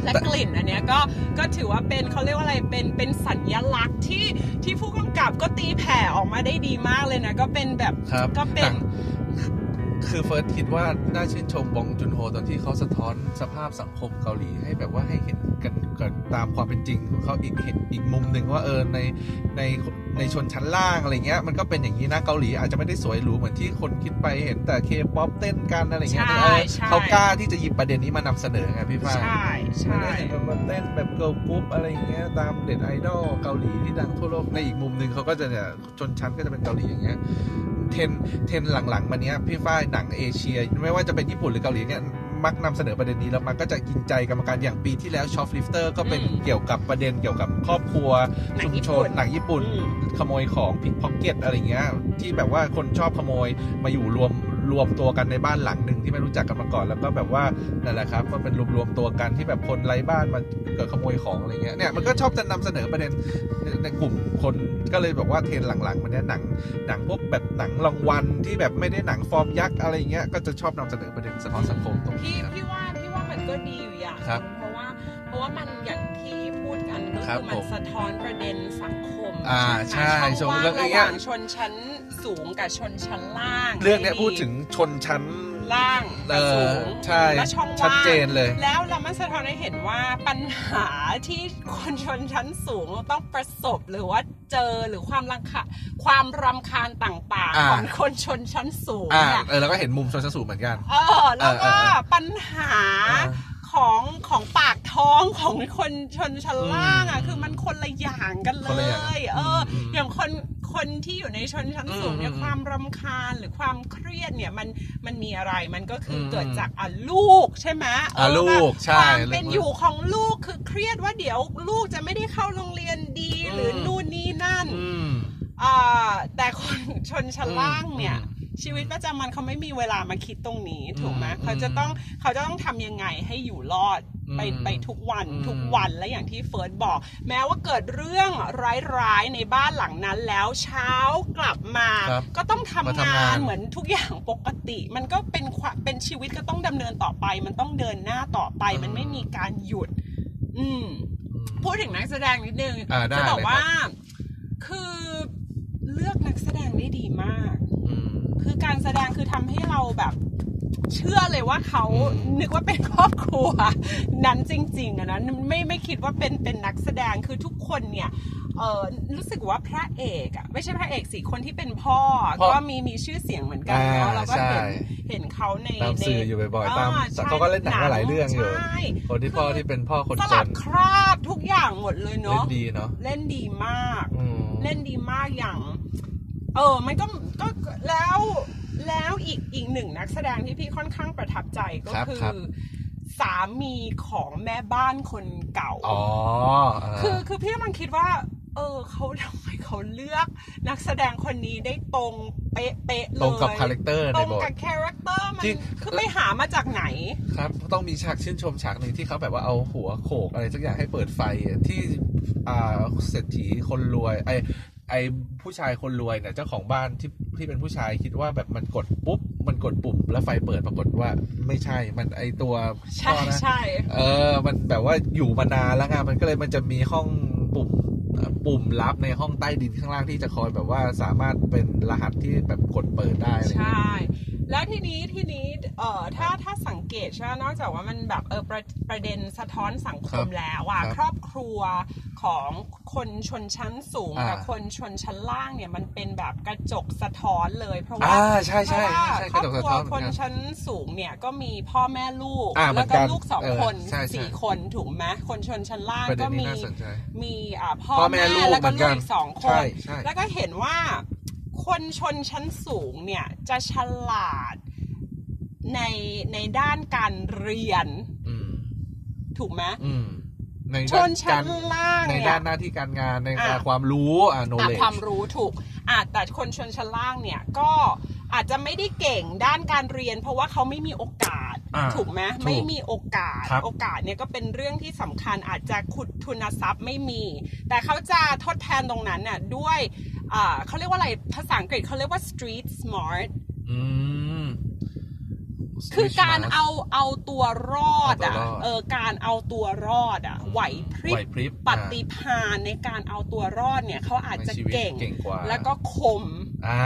Speaker 2: และกลิ่นอันเนี้ยก็ก็ถือว่าเป็นเขาเรียกว่าอะไรเป็นเป็นสัญลักษณ์ที่ที่ผู้กำกับก็ตีแผ่ออกมาได้ดีมากเลยนะ ก็เป็นแบบ
Speaker 1: ครับ
Speaker 2: ก็เป็
Speaker 1: ห
Speaker 2: น
Speaker 1: นังคือเฟิร์สคิดว่าน่าชื่นชมบองจุนโฮตอนที่เขาสะท้อนสภาพสังคมเกาหลีให้แบบว่าให้เห็นกันกันตามความเป็นจริงของเขาอีกเห็นอีกมุมหนึ่งว่าเออในในในชนชั้นล่างอะไรเงี้ยมันก็เป็นอย่างนี้นะเกาหลีอาจจะไม่ได้สวยหรูเหมือนที่คนคิดไปเห็นแต่เคป๊อปเต้นกันอะไรเงี้ย
Speaker 2: ใช่
Speaker 1: เออ
Speaker 2: ใช่
Speaker 1: เขากล้าที่จะหยิบประเด็นนี้มานำเสนอไงพี่ฟ้า
Speaker 2: ใช่
Speaker 1: ใช่
Speaker 2: ใช่
Speaker 1: ได้แบบมาเต้นแบบเกิร์ลกรุ๊ปอะไรอย่างเงี้ยตามเด็ดไอดอลเกาหลีที่ดังทั่วโลกในอีกมุมหนึ่งเขาก็จะเนี่ยชนชั้นก็จะเป็นเกาหลีอย่างเงี้ยเทรนเทรนหลังๆมาเนี้ยพี่ฝ้ายหนังเอเชีย ไม่ว่าจะเป็นญี่ปุ่นหรือเกาหลีเนี่ยมักนำเสนอประเด็นนี้แล้วมันก็จะกินใจกรรมการอย่างปีที่แล้วชอฟลิฟเตอร์ก็เป็น
Speaker 2: อืม
Speaker 1: เกี่ยวกับประเด็นเกี่ยวกับครอบครัว
Speaker 2: หนัง
Speaker 1: ชุม
Speaker 2: ญี่
Speaker 1: ช
Speaker 2: ปุ่
Speaker 1: น
Speaker 2: น
Speaker 1: หนังญี่ปุ่น
Speaker 2: อืม
Speaker 1: ขโมยของพิกพ็อกเก็ตอะไรเงี้ยที่แบบว่าคนชอบขโมยมาอยู่รวม รวมตัวกันในบ้านหลังหนึ่งที่ไม่รู้จักกันมาก่อน แล้วก็แบบว่านั่นแหละครับก็เป็นรวมรวมตัวกันที่แบบคนไร้บ้านมาเกิดขโมยของอะไรเงี้ยเนี่ยมันก็ชอบจะนำเสนอประเด็นในในกลุ่มคนก็เลยบอกว่าเทรนด์หลังๆมันเนี่ยหนังหนังพวกแบบหนังรางวัลที่แบบไม่ได้หนังฟอร์มยักษ์อะไรเงี้ยก็จะชอบนำเสนอประเด็นสะท้อนสังคมตรง
Speaker 2: พี่
Speaker 1: นี้ครับ
Speaker 2: พี่ว่าพี่ว่ามันก็ดีอยู่อย่างห
Speaker 1: ครั
Speaker 2: นึ่
Speaker 1: บ
Speaker 2: งเพราะว่าเพราะว่ามันอย่างที่พูดกันก็
Speaker 1: ครั
Speaker 2: คื
Speaker 1: บ
Speaker 2: อมัน
Speaker 1: ผม
Speaker 2: สะท้อนประเด็นสังคม
Speaker 1: อ่า
Speaker 2: ไหม
Speaker 1: ใช่
Speaker 2: ช่อง
Speaker 1: ชมเรื่
Speaker 2: ว่างระ
Speaker 1: เนี้ย
Speaker 2: หว่างชนชั้นสูงกับชนชั้นล่าง
Speaker 1: เรื่องเนี้ย
Speaker 2: ให้มี
Speaker 1: พูดถึงชนชั้น
Speaker 2: ล่าง
Speaker 1: เอ
Speaker 2: กับสู
Speaker 1: อง ใช่
Speaker 2: และช่อง
Speaker 1: ชัด
Speaker 2: ว่าง
Speaker 1: เจนเลย
Speaker 2: แล้วเรามันสะท้อนให้เห็นว่าปัญหาที่คนชนชั้นสูงต้องประสบหรือว่าเจอหรือความรังคาความรำคาญต่าง
Speaker 1: อ่า
Speaker 2: ๆ ของคนชนชั้นสูง
Speaker 1: อ่า
Speaker 2: เนี่ย
Speaker 1: เออแล้วก็เห็นมุมชนชั้นสูงเหมือนกัน
Speaker 2: เออแล้วก็
Speaker 1: เออเออเออ
Speaker 2: ปัญหา
Speaker 1: อ่า
Speaker 2: ของของปากท้องของคนชนชั้นล่างอ่ะ
Speaker 1: อืม
Speaker 2: คือมันคนละอย่างกันเล
Speaker 1: คนละอย่าง
Speaker 2: ย เอออ
Speaker 1: ม
Speaker 2: อย่างคนคนที่อยู่ในชนชั้นสูงเนี่ย
Speaker 1: อืม
Speaker 2: ความรำคาญหรือความเครียดเนี่ยมันมันมีอะไรมันก็คืออ
Speaker 1: ม
Speaker 2: เกิดจากอ่ะลูกใช่ไหมเ
Speaker 1: ะลูกใช่
Speaker 2: ความ
Speaker 1: เรื่อง
Speaker 2: เป็น
Speaker 1: ลูก
Speaker 2: อยู่ของลูกคือเครียดว่าเดี๋ยวลูกจะไม่ได้เข้าโรงเรียนดี หรืออ
Speaker 1: ม
Speaker 2: นู่นนี่นั่น
Speaker 1: อืม
Speaker 2: อ่าแต่คนชนชั้นล่างเนี่ย
Speaker 1: อืม
Speaker 2: ชีวิตประจำวันเขาไม่มีเวลามาคิดตรงนี้ถูกไหม
Speaker 1: อืม
Speaker 2: เขาจะต้องเขาจะต้องทำยังไงให้อยู่รอดไป
Speaker 1: อืม
Speaker 2: ไปทุกวัน
Speaker 1: อืม
Speaker 2: ทุกวันและอย่างที่เฟิร์สบอก แม้ว่าเกิดเรื่องร้ายๆในบ้านหลังนั้นแล้วเช้ากลับมา
Speaker 1: ครับ
Speaker 2: ก็ต้องทำ
Speaker 1: มาทำ
Speaker 2: งาง
Speaker 1: าน น
Speaker 2: เหมือนทุกอย่างปกติ มันก็เป็นความเป็นชีวิตก็ต้องดำเนินต่อไป มันต้องเดินหน้าต่อไป มันไม่มีการหยุด อื
Speaker 1: อืม
Speaker 2: มพูดถึงนักแสดงนิดนึง
Speaker 1: อ่าได้
Speaker 2: จะบอก
Speaker 1: เลยครับ
Speaker 2: ว่า คือเลือกนักแสดงได้ดีมาก
Speaker 1: อืม
Speaker 2: คือการแสดงคือทำให้เราแบบ เชื่อเลยว่าเขา
Speaker 1: อืม
Speaker 2: นึกว่าเป็นครอบครัว นั้นจริงๆอะนะไม่ไม่คิดว่าเป็นเป็นนักแสดงคือทุกคนเนี่ยเออรู้สึกว่าพระเอกอะไม่ใช่พระเอกสิคนที่เป็นพ่อ
Speaker 1: พ่อ
Speaker 2: ก็มีมีชื่อเสียงเหมือนกัน
Speaker 1: อ่า
Speaker 2: เนาะเราก็เห็น
Speaker 1: ใช่
Speaker 2: เห็นเขาใน
Speaker 1: ตาม
Speaker 2: ใน
Speaker 1: สื่ออยู่บ่อยๆตาม
Speaker 2: อ่ใช่
Speaker 1: เขาก็เล่นหนังมาหลายเรื่องอยู่
Speaker 2: ใช่
Speaker 1: คนที่พ่อที่เป็นพ่อคน
Speaker 2: ส
Speaker 1: จ
Speaker 2: ลั
Speaker 1: น
Speaker 2: ดคราบทุกอย่างหมดเลย
Speaker 1: เล่
Speaker 2: เนาะ
Speaker 1: นดีเนาะ
Speaker 2: เล่นดีมาก
Speaker 1: อืม
Speaker 2: เล่นดีมากอย่าง เออ มันก็ก็แล้วแล้วอีกอีกหนึ่งนักแสดงที่พี่ค่อนข้างประทับใจก็
Speaker 1: ครับ
Speaker 2: คือ
Speaker 1: ครับ
Speaker 2: สามีของแม่บ้านคนเก่า
Speaker 1: อ๋ออ่า
Speaker 2: คือคือพี่มันคิดว่า เออเขาทำไมเขาเลือกนักแสดงคนนี้ได้ตรงเป๊ะเป๊ะๆเลย
Speaker 1: ตรงกับคาแรคเตอร์
Speaker 2: ต
Speaker 1: ใน
Speaker 2: รง
Speaker 1: บท
Speaker 2: กับคาแรคเตอร์มัน
Speaker 1: ที่
Speaker 2: คือไปหามาจากไหน
Speaker 1: ครับต้องมีฉากชื่นชมฉากหนึ่งที่เขาแบบว่าเอาหัวโขกอะไรสักอย่างให้เปิดไฟอะที่อ่าเศรษฐีคนรวยไอไอผู้ชายคนรวยเนี่ยเจ้าของบ้านที่ที่เป็นผู้ชายคิดว่าแบบมันกดปุ๊บมันกดปุ่มแล้วไฟเปิดปรากฏว่าไม่ใช่มันไอตัว
Speaker 2: ใช่
Speaker 1: ข้อนะ
Speaker 2: ใช่
Speaker 1: เออ มันแบบว่าอยู่มานานแล้วไงมันก็เลยมันจะมีห้องปุ่มเอ่อปุ่มลับในห้องใต้ดินข้างล่างที่จะคอยแบบว่าสามารถเป็นรหัสที่แบบกดเปิดได้อะไร
Speaker 2: ใช
Speaker 1: เงี้ย่
Speaker 2: แล้วทีนี้ทีนี้เอ่อถ้าถ้าสังเกตใช่ไหมนอกจากว่ามันแบบเออประประเด็นสะท้อนสังคมแล้วอ่ะครอบครัวของคนชนชั้นสูงกับคนชนชั้นล่างเนี่ยมันเป็นแบบกระจกสะท้อนเลย เพราะว่า
Speaker 1: อ่าใช่
Speaker 2: เพ
Speaker 1: ใช่
Speaker 2: ราะว่า
Speaker 1: ใช่
Speaker 2: ค
Speaker 1: ก
Speaker 2: ร
Speaker 1: ระ
Speaker 2: อบ
Speaker 1: จก
Speaker 2: ค
Speaker 1: สะ
Speaker 2: รัว
Speaker 1: ท้อน
Speaker 2: คน
Speaker 1: นะ
Speaker 2: ชั้นสูงเนี่ยก็มีพ่อแม่ลูก
Speaker 1: อ่า
Speaker 2: แล้ว
Speaker 1: เหมือนกั
Speaker 2: ก็
Speaker 1: น
Speaker 2: ลูกสอง
Speaker 1: เออ
Speaker 2: คน
Speaker 1: ใช่ใช่
Speaker 2: สี่คนถูกไหมคนชนชั้นล่าง
Speaker 1: ประเด็
Speaker 2: ก็
Speaker 1: นนี้
Speaker 2: มี
Speaker 1: น่าสนใจ
Speaker 2: มีอ่าพ่อ
Speaker 1: พ่อแม่
Speaker 2: แม่
Speaker 1: ลูก
Speaker 2: แล้ว
Speaker 1: เหมื
Speaker 2: ก็
Speaker 1: อน
Speaker 2: ลู
Speaker 1: กั
Speaker 2: ก
Speaker 1: น
Speaker 2: อีกสองค
Speaker 1: ใช่
Speaker 2: น
Speaker 1: ใช่
Speaker 2: แล้วก็เห็นว่าคนชนชั้นสูงเนี่ยจะฉลาดในในด้านการเรียน
Speaker 1: อืม
Speaker 2: ถูกไหม
Speaker 1: อืมใน
Speaker 2: ช
Speaker 1: ด้าน กา
Speaker 2: ชั้
Speaker 1: ร
Speaker 2: นล่าง
Speaker 1: ใน
Speaker 2: เนี่
Speaker 1: ด้าย นหน้าที่การงานใน
Speaker 2: อ่ะ
Speaker 1: ความรู้อ่า
Speaker 2: อ่ะ
Speaker 1: knowledge
Speaker 2: ความรู้ถูกอ่ะแต่คนชนชั้นล่างเนี่ยก็อาจจะไม่ได้เก่งด้านการเรียน เพราะว่าเขาไม่มีโอกาส
Speaker 1: อ่า
Speaker 2: ถูกไหม
Speaker 1: ถูก
Speaker 2: ไม่มีโอกาส
Speaker 1: ครับ
Speaker 2: โอกาสเนี่ยก็เป็นเรื่องที่สำคัญอาจจะขุดทุนทรัพย์ไม่มี แต่เขาจะทดแทนตรงนั้นน่ะด้วยอ่าเขาเรียกว่าอะไรภาษาอังกฤษเขาเรียกว่า street smart
Speaker 1: อืม
Speaker 2: คือการเอาเอาตัวรอดอ่ะ
Speaker 1: เอาตัวรอด
Speaker 2: เออการเอาตัวรอดอ่ะไหวพริ
Speaker 1: ไหว
Speaker 2: บ
Speaker 1: พริบ
Speaker 2: ปฏิภาณในการเอาตัวรอดเนี่ยเขาอาจ
Speaker 1: ใน
Speaker 2: จะ
Speaker 1: ชีวิต
Speaker 2: เก่ง
Speaker 1: เก่งกว่า
Speaker 2: แล้วก็คม
Speaker 1: อ่า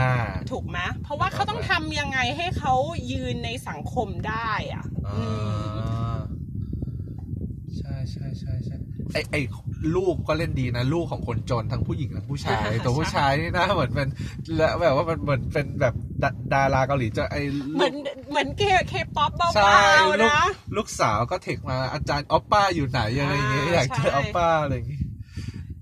Speaker 2: ถูกไหมเพราะว่าเขาต้องทำยังไงให้เขายืนในสังคมได้อ่ะ
Speaker 1: อ่
Speaker 2: อืมา
Speaker 1: ใช่ใช่ใช่ใช่ไอไอลูกก็เล่นดีนะ ลูกของคนจนทั้งผู้หญิงทั้งผู้ชาย ตัวผู้ชายนี่นะเหมือนเป็นแล้วแบบว่ามันเหมือนเป็นแบบดาดาราเกาหลีจะไอ
Speaker 2: เห
Speaker 1: ลู
Speaker 2: มือก นเหมือนเคเคป๊อปเบ
Speaker 1: ใช่
Speaker 2: าๆ
Speaker 1: ลูก
Speaker 2: นะ
Speaker 1: ลูกสาวก็เทคมาอาจารย์ออปป้าอยู่ไหนอะไรอย่างเงี้ย
Speaker 2: อ่า
Speaker 1: อยากเจอ
Speaker 2: ใช่
Speaker 1: ออปป้าอะไรอย่างเงี้ย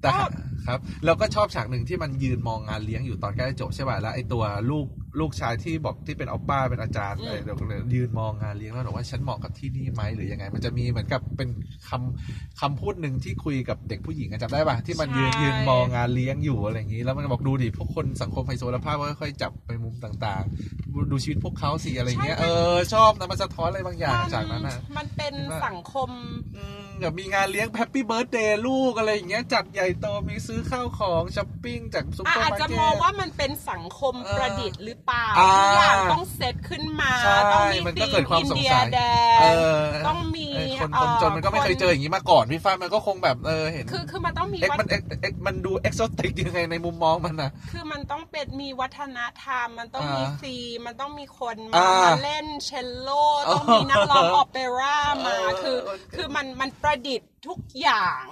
Speaker 1: แต่
Speaker 2: ชอบ
Speaker 1: ครับ แล้วก็ชอบฉากหนึ่งที่มันยืนมองงานเลี้ยงอยู่ตอนใกล้จะจบใช่ป่ะแล้วไอตัวลูก ลูกชายที่บอกที่เป็นอัปป้าเป็นอาจารย์
Speaker 2: อืม
Speaker 1: อะไรเดี๋ยวยืนมองงานเลี้ยงแล้วบอกว่าฉันเหมาะกับที่นี่ไหมหรือยังไง มันจะมีเหมือนกับเป็นคำคำพูดหนึ่งที่คุยกับเด็กผู้หญิงอะจำได้ป่ะที่มันยืนยืนมองงานเลี้ยงอยู่อะไรอย่างนี้ แล้วมันก็บอกดูดิพวกคนสังคมไฮโซและภาพก็ค่อยๆจับไปมุมต่างๆ ดูชีวิตพวกเขาสิอะไรอย่างเงี้ยเออชอบนะมันสะท้อนอะไรบางอย่างจากนั้นนะ
Speaker 2: มันเป็น
Speaker 1: คิดว่า
Speaker 2: สังคม
Speaker 1: อืมเดี๋ยวมีงานเลี้ยงแฮปปี้เบิร์ดเดย์ลูกอะไรอย่างเงี้ยจัดใหญ่โตมีซื้อข้าวของช้อปปิ้งจากซุป
Speaker 2: อ่ะ
Speaker 1: เปอร์
Speaker 2: อาจ
Speaker 1: มาร์เก็ต
Speaker 2: จะมองว่ามันเป็นสังคม
Speaker 1: เออ
Speaker 2: ประดิษฐ์หรือเปล่า
Speaker 1: อ่า
Speaker 2: ทุกอย่างต้องเซตขึ้นมา
Speaker 1: ใช่
Speaker 2: ต้องมี
Speaker 1: มันก็
Speaker 2: ธี
Speaker 1: เกิดความ
Speaker 2: อิ
Speaker 1: สง
Speaker 2: เดี
Speaker 1: สั
Speaker 2: ย
Speaker 1: ย
Speaker 2: แด
Speaker 1: เอง อ
Speaker 2: ต้องมี
Speaker 1: เออคน
Speaker 2: เอ่
Speaker 1: คน
Speaker 2: อ
Speaker 1: จนมันก็ไม่เคยเจออย่างนี้มาก่อนพี่ฟ้ามันก็คงแบบเออเห็น
Speaker 2: คือคือมันต้องมี
Speaker 1: เอ็ก
Speaker 2: วัฒ
Speaker 1: มันเอ็กเอ็กมันดูเอ็กโซติกยังไงในมุมมองมันนะ
Speaker 2: คือมันต้องเป็นมีวัฒนธรรม มันต้อง
Speaker 1: อ่ามี
Speaker 2: มีซีมันต้องมีคนมา
Speaker 1: อ่าม
Speaker 2: มาเล่นเชลโลต้องมีนักร้อง
Speaker 1: เออ
Speaker 2: ออเปร่า
Speaker 1: เอ
Speaker 2: มา
Speaker 1: อ
Speaker 2: คือ
Speaker 1: เออ
Speaker 2: คือมันมันประดิษฐ์ทุกอย่าง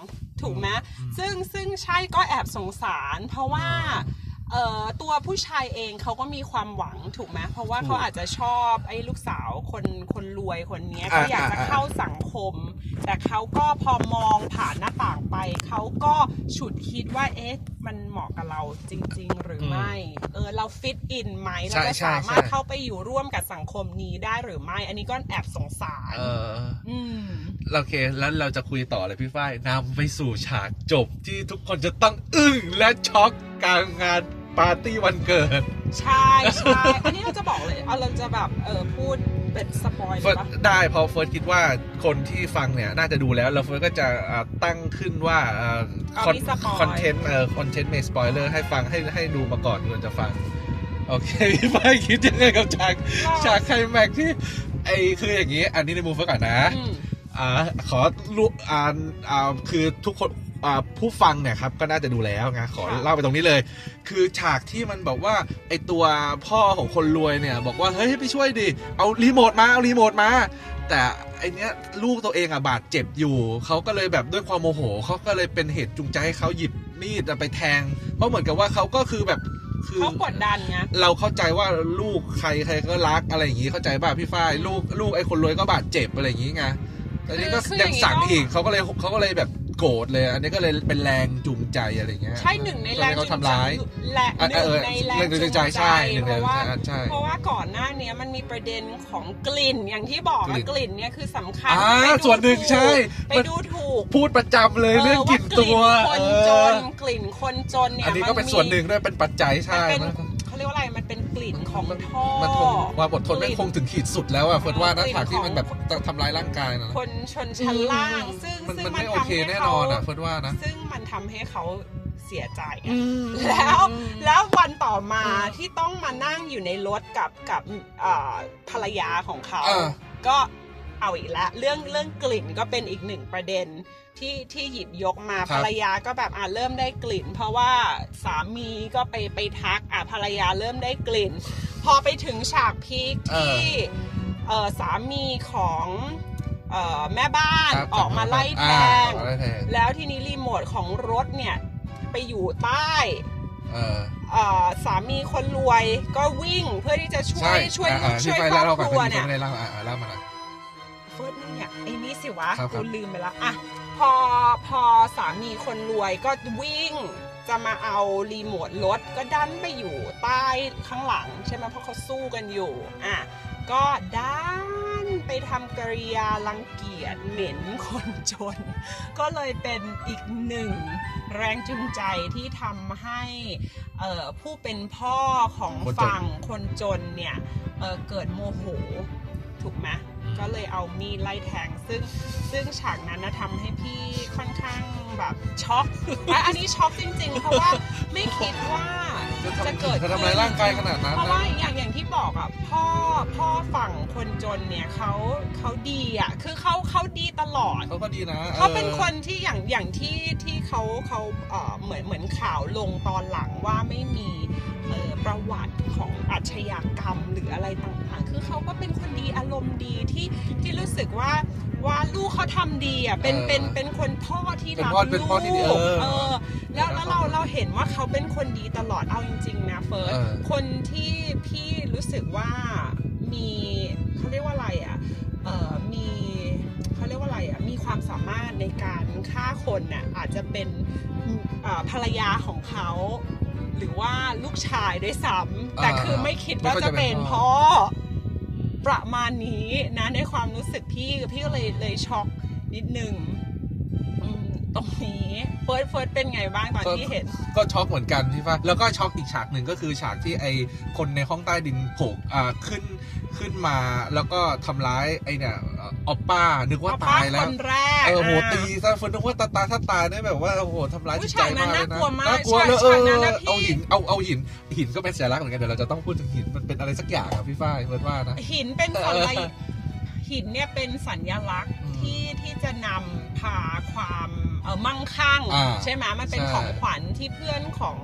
Speaker 2: ถูกไหม
Speaker 1: อืม
Speaker 2: ซึ่งซึ่งใช่ก็แอบสงสาร เพราะว่า เอ่อตัวผู้ชายเองเขาก็มีความหวังถูกไหมเพราะว่า
Speaker 1: ถูก
Speaker 2: เขาอาจจะชอบไอ้ลูกสาวคนคนรวยคนเนี้ย
Speaker 1: อ่า
Speaker 2: เขาอยากจะ
Speaker 1: อ่าอ่า
Speaker 2: เข้าสังคม แต่เขาก็พอมองผ่านหน้าต่างไป เขาก็ฉุดคิดว่าเอ๊ะมันเหมาะกับเราจริง ๆ หรือไม่ เออเราฟิตอินไหมเราจะ
Speaker 1: ใช่ใช่
Speaker 2: สามารถ
Speaker 1: ใช่
Speaker 2: เข้าไปอยู่ร่วมกับสังคมนี้ได้หรือไม่ อันนี้ก็แอบสงสาร
Speaker 1: เออ
Speaker 2: อืม
Speaker 1: โอเคแล้วเราจะคุยต่อเลยพี่ฝ้ายนำไปสู่ฉากจบที่ทุกคนจะต้องอึ้งและช็อกกลางงานปาร์ตี้วันเกิด
Speaker 2: ใช่ใช่ อันนี้เราจะบอกเลยเอาเราจะแบบเออพูดเป็นสปอยเล
Speaker 1: เฟิร์
Speaker 2: ย
Speaker 1: ส
Speaker 2: ปะ
Speaker 1: ได้เพอเฟิร์สคิดว่าคนที่ฟังเนี่ยน่าจะดูแล้วแล้วเฟิร์สก็จะอ่าตั้งขึ้นว่าอ่า
Speaker 2: เอา
Speaker 1: คอน
Speaker 2: มีสปอย
Speaker 1: คอนเทนต์เอ่อคอนเทนต์เมสปอยเลอร์ให้ฟังให้ให้ดูมาก่อนก่อนจะฟังโอเค พี่ฝ้ายคิดยังไงกับฉาก ฉากไคลแม็กซ์ที่ไอคืออย่างนี้ อันนี้ในมุมเฟก่อนนะ
Speaker 2: อืม
Speaker 1: อ่าขอรูอ่านอ่าคือทุกคนอ่าผู้ฟังเนี่ยครับก็น่าจะดูแล้วไงขอ
Speaker 2: ค่ะ
Speaker 1: เล่าไปตรงนี้เลย คือฉากที่มันแบบว่าไอตัวพ่อของคนรวยเนี่ย บอกว่าเฮ้ยไปช่วยดิเอารีโมทมาเอารีโมทมา แต่ไอเนี้ยลูกตัวเองอ่ะบาดเจ็บอยู่เขาก็เลยแบบด้วยความโมโหเขาก็เลยเป็นเหตุจูงใจให้เขาหยิบมีดไปแทง เพราะเหมือนกับว่าเขาก็คือแบบคือ
Speaker 2: เขากดดันไง
Speaker 1: เราเข้าใจว่าลูกใครใครก็รักอะไรอย่างนี้เข้าใจป่ะพี่ฝ้ายลูกลูกไอ้คนรวยก็บาดเจ็บอะไรอย่างนี้ไงแต่นี่ก็
Speaker 2: คือ
Speaker 1: ยัง
Speaker 2: คืออย่างนี้
Speaker 1: สั่ง
Speaker 2: ก็
Speaker 1: อีกเขาก็เลยเขาก็เลยแบบโกรธเลย อันนี้ก็เลยเป็นแรงจูงใจอะไรเงี้ย
Speaker 2: ใช่หนึ่งในแรง
Speaker 1: เขา
Speaker 2: จูง
Speaker 1: ทำ
Speaker 2: ใจ
Speaker 1: ร้าย
Speaker 2: และ
Speaker 1: อ่ะ
Speaker 2: ห
Speaker 1: เอ
Speaker 2: นึ่ง
Speaker 1: อ
Speaker 2: ในแร
Speaker 1: แรง
Speaker 2: ง
Speaker 1: จู
Speaker 2: จู
Speaker 1: ง
Speaker 2: ง
Speaker 1: ใจ
Speaker 2: ใจ
Speaker 1: ใช่หนึ่งใน
Speaker 2: เพ
Speaker 1: แรงจูง
Speaker 2: ราะว่า
Speaker 1: ใจใช่
Speaker 2: เพราะว่าก่อนหน้าเนี้ยมันมีประเด็นของกลิ่นอย่างที่บอก
Speaker 1: กลิ่
Speaker 2: อะ
Speaker 1: น
Speaker 2: กลิ่นเนี่ยคือสำคัญ
Speaker 1: อ่า
Speaker 2: ไปดู
Speaker 1: ส่วนหนึ่ง
Speaker 2: ถูก
Speaker 1: ใช่
Speaker 2: ไป
Speaker 1: มัน
Speaker 2: ดูถูก
Speaker 1: พูดประจำเลยเรื่องกลิ่นตัว
Speaker 2: เออ
Speaker 1: เอ
Speaker 2: ว่า
Speaker 1: อก
Speaker 2: ลิ่นคนจนกลิ่นคนจนเนี่ย
Speaker 1: อันนี้ก็เป็น
Speaker 2: มัมี
Speaker 1: ส่วนหนึ่งด้วยเป็นปัจจัยใช่
Speaker 2: มันเป็น
Speaker 1: มัน
Speaker 2: เขาเรียกว่าอะไรมันเป็นกลิ่นของท่อ
Speaker 1: มันคงความอดทนไม่คงถึงขีดสุดแล้วอ่ะเฟิร์นว่านะ
Speaker 2: กลิ่น
Speaker 1: ฉากที่มันแบบ
Speaker 2: ของ
Speaker 1: ทำร้ายร่างกายนะ
Speaker 2: คนชนชั้นล่าง ซึ่ง
Speaker 1: มัน
Speaker 2: ซึ่ง
Speaker 1: มัน
Speaker 2: มัน
Speaker 1: ไม่โอ
Speaker 2: ทำ
Speaker 1: เค
Speaker 2: ให้
Speaker 1: แน่น
Speaker 2: เขา
Speaker 1: อนอ่ะเฟิร์นว่านะ
Speaker 2: ซึ่งมันทำให้เขาเสียใจไง
Speaker 1: อืม
Speaker 2: แล้วแล้ววันต่อมา
Speaker 1: อืม
Speaker 2: ที่ต้องมานั่งอยู่ในรถกับกับเอ่อภรรยาของเขา
Speaker 1: อ่า
Speaker 2: ก็เอาอีกแล้วเรื่องเรื่องกลิ่นก็เป็นอีกหนึ่งประเด็นที่ที่หยิบยกมาภรรยาก็แบบอ่าเริ่มได้กลิ่น เพราะว่าสามีก็ไปไปทักอ่าภรรยาเริ่มได้กลิ่น พอไปถึงฉากพีคที่เอ่อสามีของเอ่อแม่บ้าน
Speaker 1: ครับ
Speaker 2: ออกมาไล่แท
Speaker 1: อ่าง ออกมาไล่แทง
Speaker 2: แล้วทีนี้รีโมทของรถเนี่ย ไปอยู่ใต้
Speaker 1: เออ
Speaker 2: เอ่อสามีคนรวยก็วิ่งเพื่อที่จะช่ว
Speaker 1: ใช่
Speaker 2: ยช่วย
Speaker 1: อ่า
Speaker 2: ช่วย
Speaker 1: พี่
Speaker 2: ค
Speaker 1: ไป
Speaker 2: ร
Speaker 1: เล่า
Speaker 2: อบ
Speaker 1: ก่อ
Speaker 2: ค
Speaker 1: น
Speaker 2: รัว
Speaker 1: พี่
Speaker 2: เนี่ย
Speaker 1: ไม่ได้เล่าอ่าอ่าเล่ามาหน่อย
Speaker 2: เฟิร์สนี่เนี่ยไอ้นี่สิวะ
Speaker 1: ครับครั
Speaker 2: กู
Speaker 1: บ
Speaker 2: ลืมไปละอ่ะพอพอสามีคนรวยก็วิ่งจะมาเอารีโมทรถก็ดันไปอยู่ใต้ข้างหลัง ใช่ไหมเพราะเขาสู้กันอยู่อ่ะก็ดันไปทำกริยารังเกียจเหม็นคนจน ก็เลยเป็นอีกหนึ่งแรงจูงใจที่ทำให้ เอ่อผู้เป็นพ่อของ
Speaker 1: คนจน
Speaker 2: ฝั่งคนจนเนี่ยเอ่อเกิดโมโหถูกไหมก็เลยเอามีดไล่แทง ซึ่งซึ่งฉากนั้นนะทำให้พี่ค่อนข้างแบบช็อก และอันนี้ช็อกจริงๆ เพราะว่าไม่คิดว่าจะเกิด
Speaker 1: จะ
Speaker 2: ขึ้น
Speaker 1: ทำร้ายร่างกายขนาดนั้น
Speaker 2: เพราะว่า
Speaker 1: นะ
Speaker 2: อย่างอย่างที่บอกอ่ะพ่อพ่อฝั่งคนจนเนี่ยเขาเขาดีอ่ะคือเขาเขาดีตลอด
Speaker 1: เขาก็ดีนะออ
Speaker 2: เขาเป็นคนที่อย่างอย่างที่ที่เขาเขาเอ่อเหมือนเหมือนข่าวลงตอนหลังว่าไม่มีเอ่อประวัติของอาชญากรรมหรืออะไรต่างๆ คือเขาก็เป็นคนดีอารมณ์ดีที่ที่รู้สึกว่าว่าลูกเขาทำดีอ่ะเป็น
Speaker 1: เออ
Speaker 2: เป็นเป็นคนพ่อที่
Speaker 1: เป็น
Speaker 2: รัก
Speaker 1: พ่อเป็นพ่อที่ดี
Speaker 2: ลูก
Speaker 1: เออ
Speaker 2: เออแล้วแล้วเรา
Speaker 1: เออ
Speaker 2: เราเห็นว่าเขาเป็นคนดีตลอดเอาจริง ๆ นะเฟิร์ส
Speaker 1: เออ
Speaker 2: คนที่พี่รู้สึกว่ามีเขาเรียกว่าอะไรอ่ะ เอ่อมีเขาเรียกว่าอะไรอ่ะ มีความสามารถในการฆ่าคนน่ะอาจจะเป็นอืมเอ่อภรรยาของเขา หรือว่าลูกชายด้วยซ้ำ
Speaker 1: อ่า
Speaker 2: แต่คือไม่คิดว่า
Speaker 1: ไม่ค่อย
Speaker 2: จะ
Speaker 1: จะเป็
Speaker 2: เป็น
Speaker 1: นพ่
Speaker 2: พ่อ
Speaker 1: อ
Speaker 2: ประมาณนี้นะในความรู้สึกพี่พี่ก็เลยเลยช็อกนิดนึงอืมตรงนี้เฟิร์สเฟิร์สเป็นไงบ้างตอนที่เห็น
Speaker 1: ก็ช็อกเหมือนกันพี่ฟ้าแล้วก็ช็อกอีกฉากหนึ่งก็คือฉากที่ไอคนในห้องใต้ดินโผล่อ่าขึ้นขึ้นมาแล้วก็ทำร้ายไอเนี่ยออปป้านึกว่าตายแล้
Speaker 2: คว นแรก
Speaker 1: เออโห
Speaker 2: ะ
Speaker 1: ตีซะฟินนึกว่าตาตาถ้าตายได้แบบว่าโอ้โหทำร้ายจิตใจมากเลยนะกลัวเลยเออเอาหินเอาเอาหินหินก็เป็นสัญลักษณ์เหมือนกันเดี๋ยวเราจะต้องพูดถึงหินมันเป็นอะไรสักอย่างอะพี่ฝ้ายเพื่อนว่านะ
Speaker 2: หินเป็นสัญลัก
Speaker 1: เออ
Speaker 2: ษณ์หินเนี่ยเป็นสัญลักษณ์
Speaker 1: อืม
Speaker 2: ที่ที่จะนำพาความเออมั่งคั่ง
Speaker 1: อ่า
Speaker 2: ใช่ไหมมันเป็น
Speaker 1: ใช่
Speaker 2: ของขวัญที่เพื่อนของ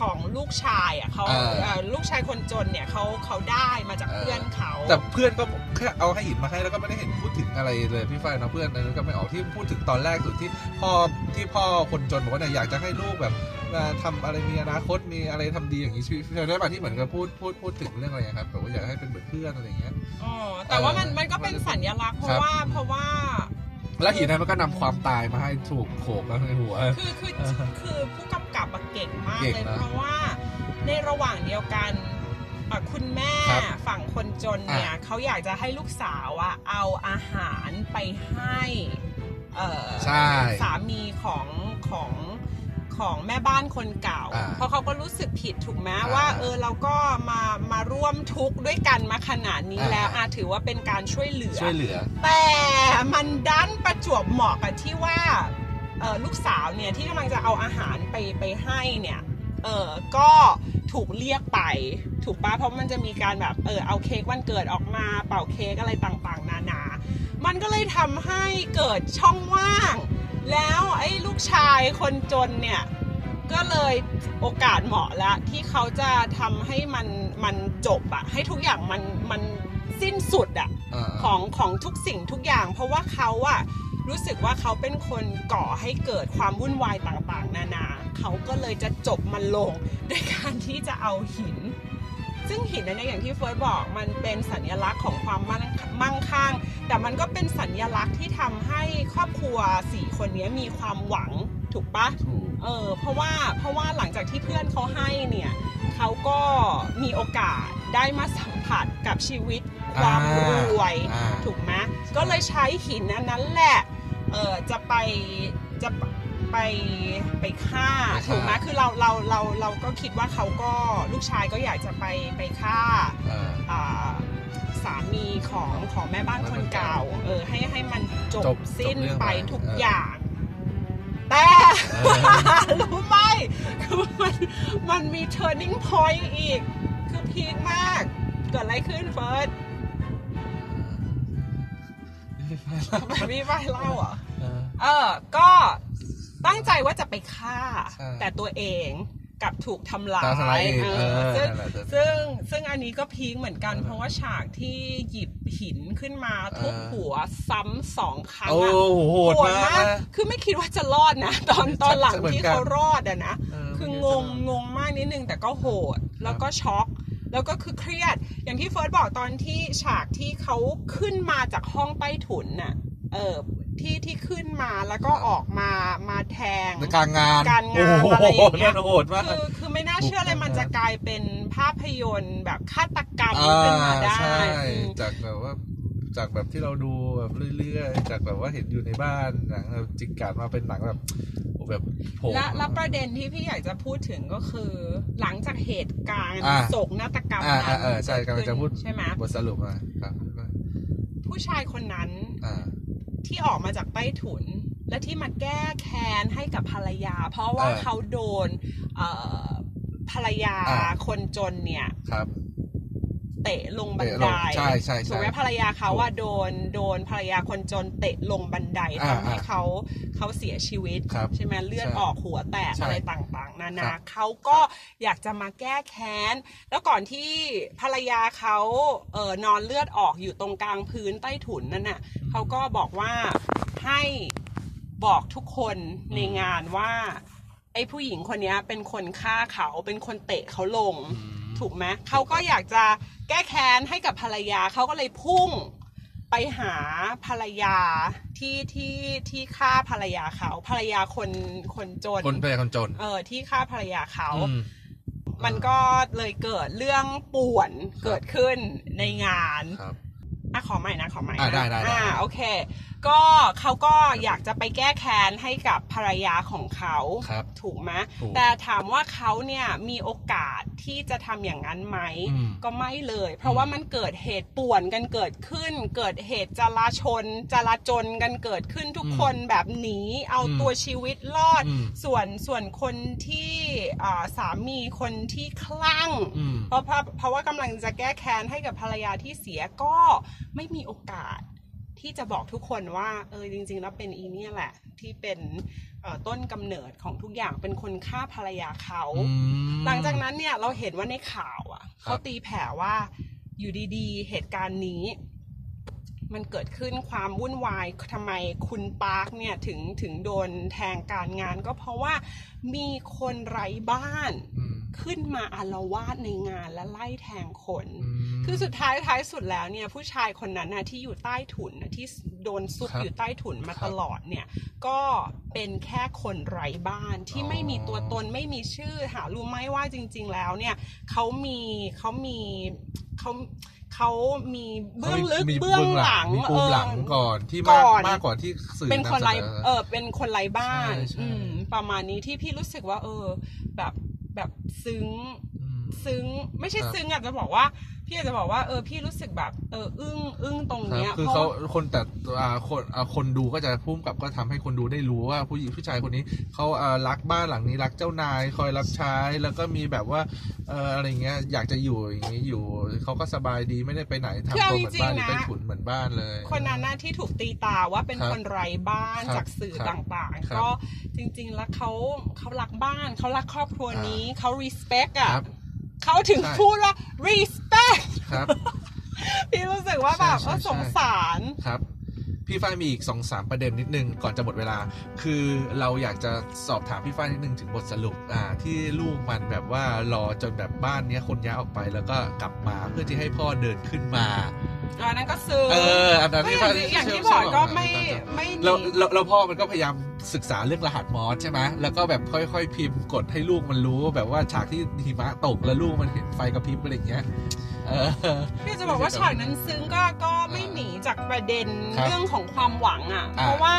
Speaker 2: ของลูกชายอ่ะเขา
Speaker 1: อ่า
Speaker 2: เอ่อลูกชายคนจนเนี่ยเขาเขาได้มาจากเพื่อนเขา
Speaker 1: แต่เพื่อนก็แค่เอาให้หินมาให้แล้วก็ไม่ได้เห็นพูดถึงอะไรเลยพี่ฝ้ายนะเพื่อนนั้นก็ไม่ออกที่พูดถึงตอนแรกสุดที่พ่อที่พ่อคนจนบอกว่าเนี่ยอยากจะให้ลูกแบบมาทำอะไรมีอนาคตมีอะไรทำดีอย่างนี้ชีวิตพี่ฝ้ายได้ป่ะที่เหมือนกับพูดพูดพูดถึงเรื่องอะไรอะครับแบบว่าอยากให้เป็นเหมือนเพื่อนอะไรอย่างเงี้ย
Speaker 2: อ๋อแต่ว่ามัน
Speaker 1: เออ
Speaker 2: มันก็เป็นสัญลักษณ์เพ
Speaker 1: ครั
Speaker 2: ราะ
Speaker 1: บ
Speaker 2: ว่าเพราะว่า
Speaker 1: แล้วหินนั้นมันก็นำความตายมาให้ถูกโขกแล้วในหัว
Speaker 2: คือคือ
Speaker 1: เออ
Speaker 2: คือผู้กำกับอะเก่งมาก
Speaker 1: เก่ง
Speaker 2: เลย
Speaker 1: นะ
Speaker 2: เพราะว่าในระหว่างเดียวกันอะคุณแม่
Speaker 1: ครับ
Speaker 2: ฝั่งคนจนเนี่ย
Speaker 1: อ่ะ
Speaker 2: เขาอยากจะให้ลูกสาวอะเอาอาหารไปให้เอ่อ
Speaker 1: ใช่
Speaker 2: สามีของของของแม่บ้านคนเก่า
Speaker 1: อ่ะ
Speaker 2: เพราะเขาก็รู้สึกผิดถูกไหม
Speaker 1: อ่ะ
Speaker 2: ว่าเออเราก็มามาร่วมทุกข์ด้วยกันมาขนาดนี้
Speaker 1: อ่ะ
Speaker 2: แล้วอาถือว่าเป็นการช่วยเหลือ
Speaker 1: ช่วยเหลือ
Speaker 2: แต่มันดันประจวบเหมาะกับที่ว่าเอ่อลูกสาวเนี่ยที่กำลังจะเอาอาหารไปไปให้เนี่ยเออก็ถูกเรียกไป ถูกปะเพราะมันจะมีการแบบเออเอาเค้กวันเกิดออกมาเป่าเค้กอะไรต่างๆ นานา มันก็เลยทำให้เกิดช่องว่าง แล้วไอ้ลูกชายคนจนเนี่ย ก็เลยโอกาสเหมาะละที่เขาจะทำให้มันมันจบอะให้ทุกอย่างมันมันสิ้นสุดอะ
Speaker 1: อ่า
Speaker 2: ของของทุกสิ่งทุกอย่าง เพราะว่าเขาอะรู้สึกว่าเขาเป็นคนก่อให้เกิดความวุ่นวายต่างๆ นานาเขาก็เลยจะจบมันลง ด้วยการที่จะเอาหิน ซึ่งหินอันเนี้ยอย่างที่เฟิร์สบอกมันเป็นสัญลักษณ์ของความมั่งมั่งคั่งแต่มันก็เป็นสัญลักษณ์ที่ทำให้ครอบครัวสี่คนเนี้ยมีความหวังถูกปะ
Speaker 1: ถูก
Speaker 2: เออเพราะว่าเพราะว่าหลังจากที่เพื่อนเขาให้เนี่ยเขาก็มีโอกาสได้มาสัมผัสกับชีวิตความ
Speaker 1: อ่าร
Speaker 2: วย
Speaker 1: อ่า
Speaker 2: ถูกไหมก็เลยใช้หินอันนั้นแหละเออจะไปจะไปไปฆ่าถูกไหมคือเราเราเราเราก็คิดว่าเขาก็ลูกชายก็อยากจะไปไปฆ่า
Speaker 1: อ่า
Speaker 2: อ่าสามีของของแม่บ้านคนเก่า เออให้ให้มันจบ
Speaker 1: จบ
Speaker 2: สิ้น
Speaker 1: จบเรื่อง
Speaker 2: ไป
Speaker 1: ไป
Speaker 2: ทุก
Speaker 1: เออ
Speaker 2: อ
Speaker 1: อย่าง
Speaker 2: แต่
Speaker 1: เออ
Speaker 2: รู้ไหมคือมันมันมี turning point อีก คือพีคมาก เกิดอะไรขึ้นเฟิร์สมันมีไฟเล่าเหรอ่ะ
Speaker 1: เออ
Speaker 2: เออ ก็ตั้งใจว่าจะไปฆ่า
Speaker 1: ใช่
Speaker 2: แต่ตัวเองกลับถูกทำลา
Speaker 1: ตาสไล
Speaker 2: ย
Speaker 1: ด์เอ
Speaker 2: เออ
Speaker 1: อ
Speaker 2: ซึ่ง
Speaker 1: นั่นแหละ
Speaker 2: ซึ่งซึ่งอันนี้ก็พีคเหมือนกัน
Speaker 1: เออ
Speaker 2: เพราะว่าฉากที่หยิบหินขึ้นมาทุบ
Speaker 1: เออ
Speaker 2: หัวซ้ำสองครั้ง
Speaker 1: โอ้
Speaker 2: อะ
Speaker 1: โหโหด
Speaker 2: โหด
Speaker 1: มาก
Speaker 2: มาก
Speaker 1: นะ
Speaker 2: คือไม่คิดว่าจะรอดนะ ตอนตอนหลัง
Speaker 1: เหมือนกัน
Speaker 2: ที่เขารอดอะนะ
Speaker 1: เ
Speaker 2: คืองงงงมากนิดนึงแต่ก็โหด แล้วก็ช็อก แล้วก็คือเครียด อย่างที่เฟิร์สบอกตอนที่ฉากที่เขาขึ้นมาจากห้องใต้ถุนน่ะเออที่ที่ขึ้นมาแล้วก็ออกมามาแทง
Speaker 1: ในกลางงาน
Speaker 2: การงานอะไรอย่างเงี้ย
Speaker 1: โโหนั่นโหดมาก
Speaker 2: คือคือไม่น่าเชื่อเลย
Speaker 1: ถูกต้อง
Speaker 2: มันจะกลายเป็นภาพยนตร์แบบฆาตกรรม
Speaker 1: อ่า
Speaker 2: ขึ้นมาได้
Speaker 1: ใช่
Speaker 2: อืม
Speaker 1: จากแบบว่าจากแบบที่เราดูแบบเรื่อยๆ จากแบบว่าเห็นอยู่ในบ้านหนังแบบจิกกัดมาเป็นหนังแบบโอ้แบบโห
Speaker 2: และและประเด็นที่พี่อยากจะพูดถึงก็คือ หลังจากเหตุการณ์
Speaker 1: อ่า
Speaker 2: โศกนาฏกรรม
Speaker 1: อ่าอ่า
Speaker 2: นั้น
Speaker 1: เออใช่กำลังจะพูด
Speaker 2: ใช่ไหม
Speaker 1: บทสรุปมาครับ
Speaker 2: ผู้ชายคนนั้น
Speaker 1: อ่า
Speaker 2: ที่ออกมาจากใต้ถุน และที่มาแก้แค้นให้กับภรรยา เพราะว่า
Speaker 1: เออ
Speaker 2: เขาโดนเอ่อภรรยา
Speaker 1: อ่า
Speaker 2: คนจนเนี่ย
Speaker 1: ครับ
Speaker 2: เตะลงบันได
Speaker 1: เตะลงใช่ใช่ใช่
Speaker 2: ถูกไหมภรรยาเขาว่าโดนโดนภรรยาคนจนเตะลงบันได
Speaker 1: อ่า
Speaker 2: ทำให้
Speaker 1: อ่า
Speaker 2: เขาเขาเสียชีวิต
Speaker 1: ครับ
Speaker 2: ใช่ไหมเลือด
Speaker 1: ใช่
Speaker 2: ออกหัวแตก
Speaker 1: ใช่
Speaker 2: อะไรต่างๆ นา
Speaker 1: ค
Speaker 2: นา
Speaker 1: รับ
Speaker 2: เขาก็อยากจะมาแก้แค้น แล้วก่อนที่ภรรยาเขาเออนอนเลือดออกอยู่ตรงกลางพื้นใต้ถุนนั่นน่ะ
Speaker 1: ม
Speaker 2: เขาก็บอกว่าให้บอกทุกคนในงานว่า ไอ้ผู้หญิงคนเนี้ยเป็นคนฆ่าเขาเป็นคนเตะเขาลง ถูกไหมเขาก็อยากจะแก้แค้นให้กับภรรยาเขาก็เลยพุ่งไปหาภรรยาที่ที่ที่ฆ่าภรรยาเขาภรรยาคนคนจน
Speaker 1: คนเป็นคนจน
Speaker 2: เออที่ฆ่าภรรยาเขา
Speaker 1: อืม
Speaker 2: มันก็เลยเกิดเรื่องป่วนเกิดขึ้นในงาน
Speaker 1: ครับ
Speaker 2: อ่ะขอใหม่นะขอใหม่นะ
Speaker 1: อ่ะได้ได้ได้
Speaker 2: อ่าโอเค ก็เขาก็อยากจะไปแก้แค้นให้กับภรรยาของเขา
Speaker 1: ครับ
Speaker 2: ถูกไหม
Speaker 1: ถูก
Speaker 2: แต่ถามว่าเขาเนี่ยมีโอกาสที่จะทำอย่างนั้นไหม
Speaker 1: อืม
Speaker 2: ก็ไม่เลย เพราะว่ามันเกิดเหตุป่วนกันเกิดขึ้น เกิดเหตุจลาชน จลาจนกันเกิดขึ้นทุก
Speaker 1: อืม
Speaker 2: คนแบบหนี เอา
Speaker 1: อืม
Speaker 2: ตัวชีวิตรอด
Speaker 1: อืม
Speaker 2: ส่วนส่วนคนที่อ่าสามีคนที่คลั่ง
Speaker 1: อืม
Speaker 2: เพราะเพราะเพราะว่ากำลังจะแก้แค้นให้กับภรรยาที่เสียก็ไม่มีโอกาสที่จะบอกทุกคนว่า เออจริง ๆ แล้วเป็นอีเนี่ยแหละ ที่เป็นเอ่อต้นกำเนิดของทุกอย่างเป็นคนฆ่าภรรยาเขา หลังจากนั้นเนี่ยเราเห็นว่าในข่าวอ่ะ
Speaker 1: ครับ
Speaker 2: เขาตีแผ่ว่าอยู่ดีๆ เหตุการณ์นี้ มันเกิดขึ้นความวุ่นวายทำไมคุณปาร์คเนี่ยถึงถึงโดนแทงการงาน ก็เพราะว่ามีคนไร้บ้าน
Speaker 1: อืม
Speaker 2: ขึ้นมาอารวาสในงานและไล่แทงคน
Speaker 1: อืม
Speaker 2: คือสุดท้ายท้ายสุดแล้วเนี่ยผู้ชายคนนั้นนะที่อยู่ใต้ถุนนะที่โดนซุก
Speaker 1: ครับ
Speaker 2: อยู่ใต้ถุนมา
Speaker 1: ครับ
Speaker 2: ตลอดเนี่ย ก็เป็นแค่คนไร้บ้านที่
Speaker 1: อ๋อ
Speaker 2: ไม่มีตัวตนไม่มีชื่อหารู้ไหมว่าจริง ๆ แล้วเนี่ยเขามีเขามีเขาเขามีเบื้องลึก
Speaker 1: มี
Speaker 2: เบื้องหลัง
Speaker 1: มีปูมหลัง
Speaker 2: เออ
Speaker 1: ก่อนที่
Speaker 2: ก่
Speaker 1: มาก
Speaker 2: อน
Speaker 1: มากกว่าที่สื่อ
Speaker 2: เป็นคนไร้
Speaker 1: ำสอ
Speaker 2: เออเป็นคนไร้บ้าน
Speaker 1: ใช่ใช่
Speaker 2: อืม ประมาณนี้ที่พี่รู้สึกว่า เออ แบบแบบซึ้ง
Speaker 1: ม
Speaker 2: ซึ้งไม่ใช่
Speaker 1: ครับ
Speaker 2: ซึ้งอาจจะบอกว่า พี่อาจจะบอกว่าเออพี่รู้สึกแบบเอออึ้งอึ้งตรง
Speaker 1: ครับ
Speaker 2: เนี้ย
Speaker 1: คือ
Speaker 2: พระ
Speaker 1: เขา
Speaker 2: ว่
Speaker 1: คนแต่อ่าคนอ่าคนดูก็จะพุ่มกับก็ทำให้คนดูได้รู้ว่าผู้หญิงผู้ชายคนนี้เขาอ่ารักบ้านหลังนี้รักเจ้านายคอยรับใช้แล้วก็มีแบบว่าเอ่ออะไรเงี้ยอยากจะอยู่อย่างนี้อยู่เขาก็สบายดีไม่ได้ไปไหนทำตัวเหมือนบ้านหรือเป็นขุนเหมือนบ้านเลย
Speaker 2: คนนั้นนะที่ถูกตีตาว่าเป็น
Speaker 1: ครับ
Speaker 2: คนไร้บ้าน
Speaker 1: ครับ
Speaker 2: จากสื่อ
Speaker 1: ครับ
Speaker 2: ต่าง
Speaker 1: ครั
Speaker 2: ๆ
Speaker 1: บ
Speaker 2: ก็จริง ๆ แล้วเขาเขารักบ้านเขารักครอบครัว
Speaker 1: อ่านี้
Speaker 2: นี้เขา respect อ่ะ
Speaker 1: ครับ
Speaker 2: เขาถึง
Speaker 1: ใช่
Speaker 2: พูดว่า respect
Speaker 1: ครับ
Speaker 2: พี่รู้สึกว่าแบบ
Speaker 1: ใช่ใช่
Speaker 2: ว่า
Speaker 1: ใช่
Speaker 2: สงสาร
Speaker 1: ครับ พี่ฝ้ายมีอีก2อสามประเด็นนิดนึง ก่อนจะหมดเวลา คือเราอยากจะสอบถามพี่ฝ้ายนิดนึงถึงบทสรุปอ่าที่ลูกมันแบบว่ารอจนแบบบ้านเนี้ยคนย้ายออกไปแล้วก็กลับมาเพื่อที่ให้พ่อเดินขึ้นมา
Speaker 2: อันนั้นก็ซึ้ง
Speaker 1: เอออันนั้น
Speaker 2: ก็
Speaker 1: พี่
Speaker 2: อ
Speaker 1: ฝ้า
Speaker 2: ย่าย งที่อย่างที่
Speaker 1: เชื่
Speaker 2: บอก
Speaker 1: เชื่
Speaker 2: ก็
Speaker 1: เชื่
Speaker 2: ไม่ไม่หนี
Speaker 1: เราเราเราพ่อมันก็พยายามศึกษาเรื่องรหัสมอสใช่ไหมแล้วก็แบบค่อยๆ พิมพ์กดให้ลูกมันรู้แบบว่าฉากที่หิมะตกแล้วลูกมันเห็นไฟกระพริบอะไรอย่างเงี้ยเออ
Speaker 2: พี่จะบอกว่าฉากนั้นซึ้งก็ก็ไม่หนีจากประเด็น
Speaker 1: ครับ
Speaker 2: เรื่องของความหวังอะ่ะ
Speaker 1: อ่า
Speaker 2: เพราะว่า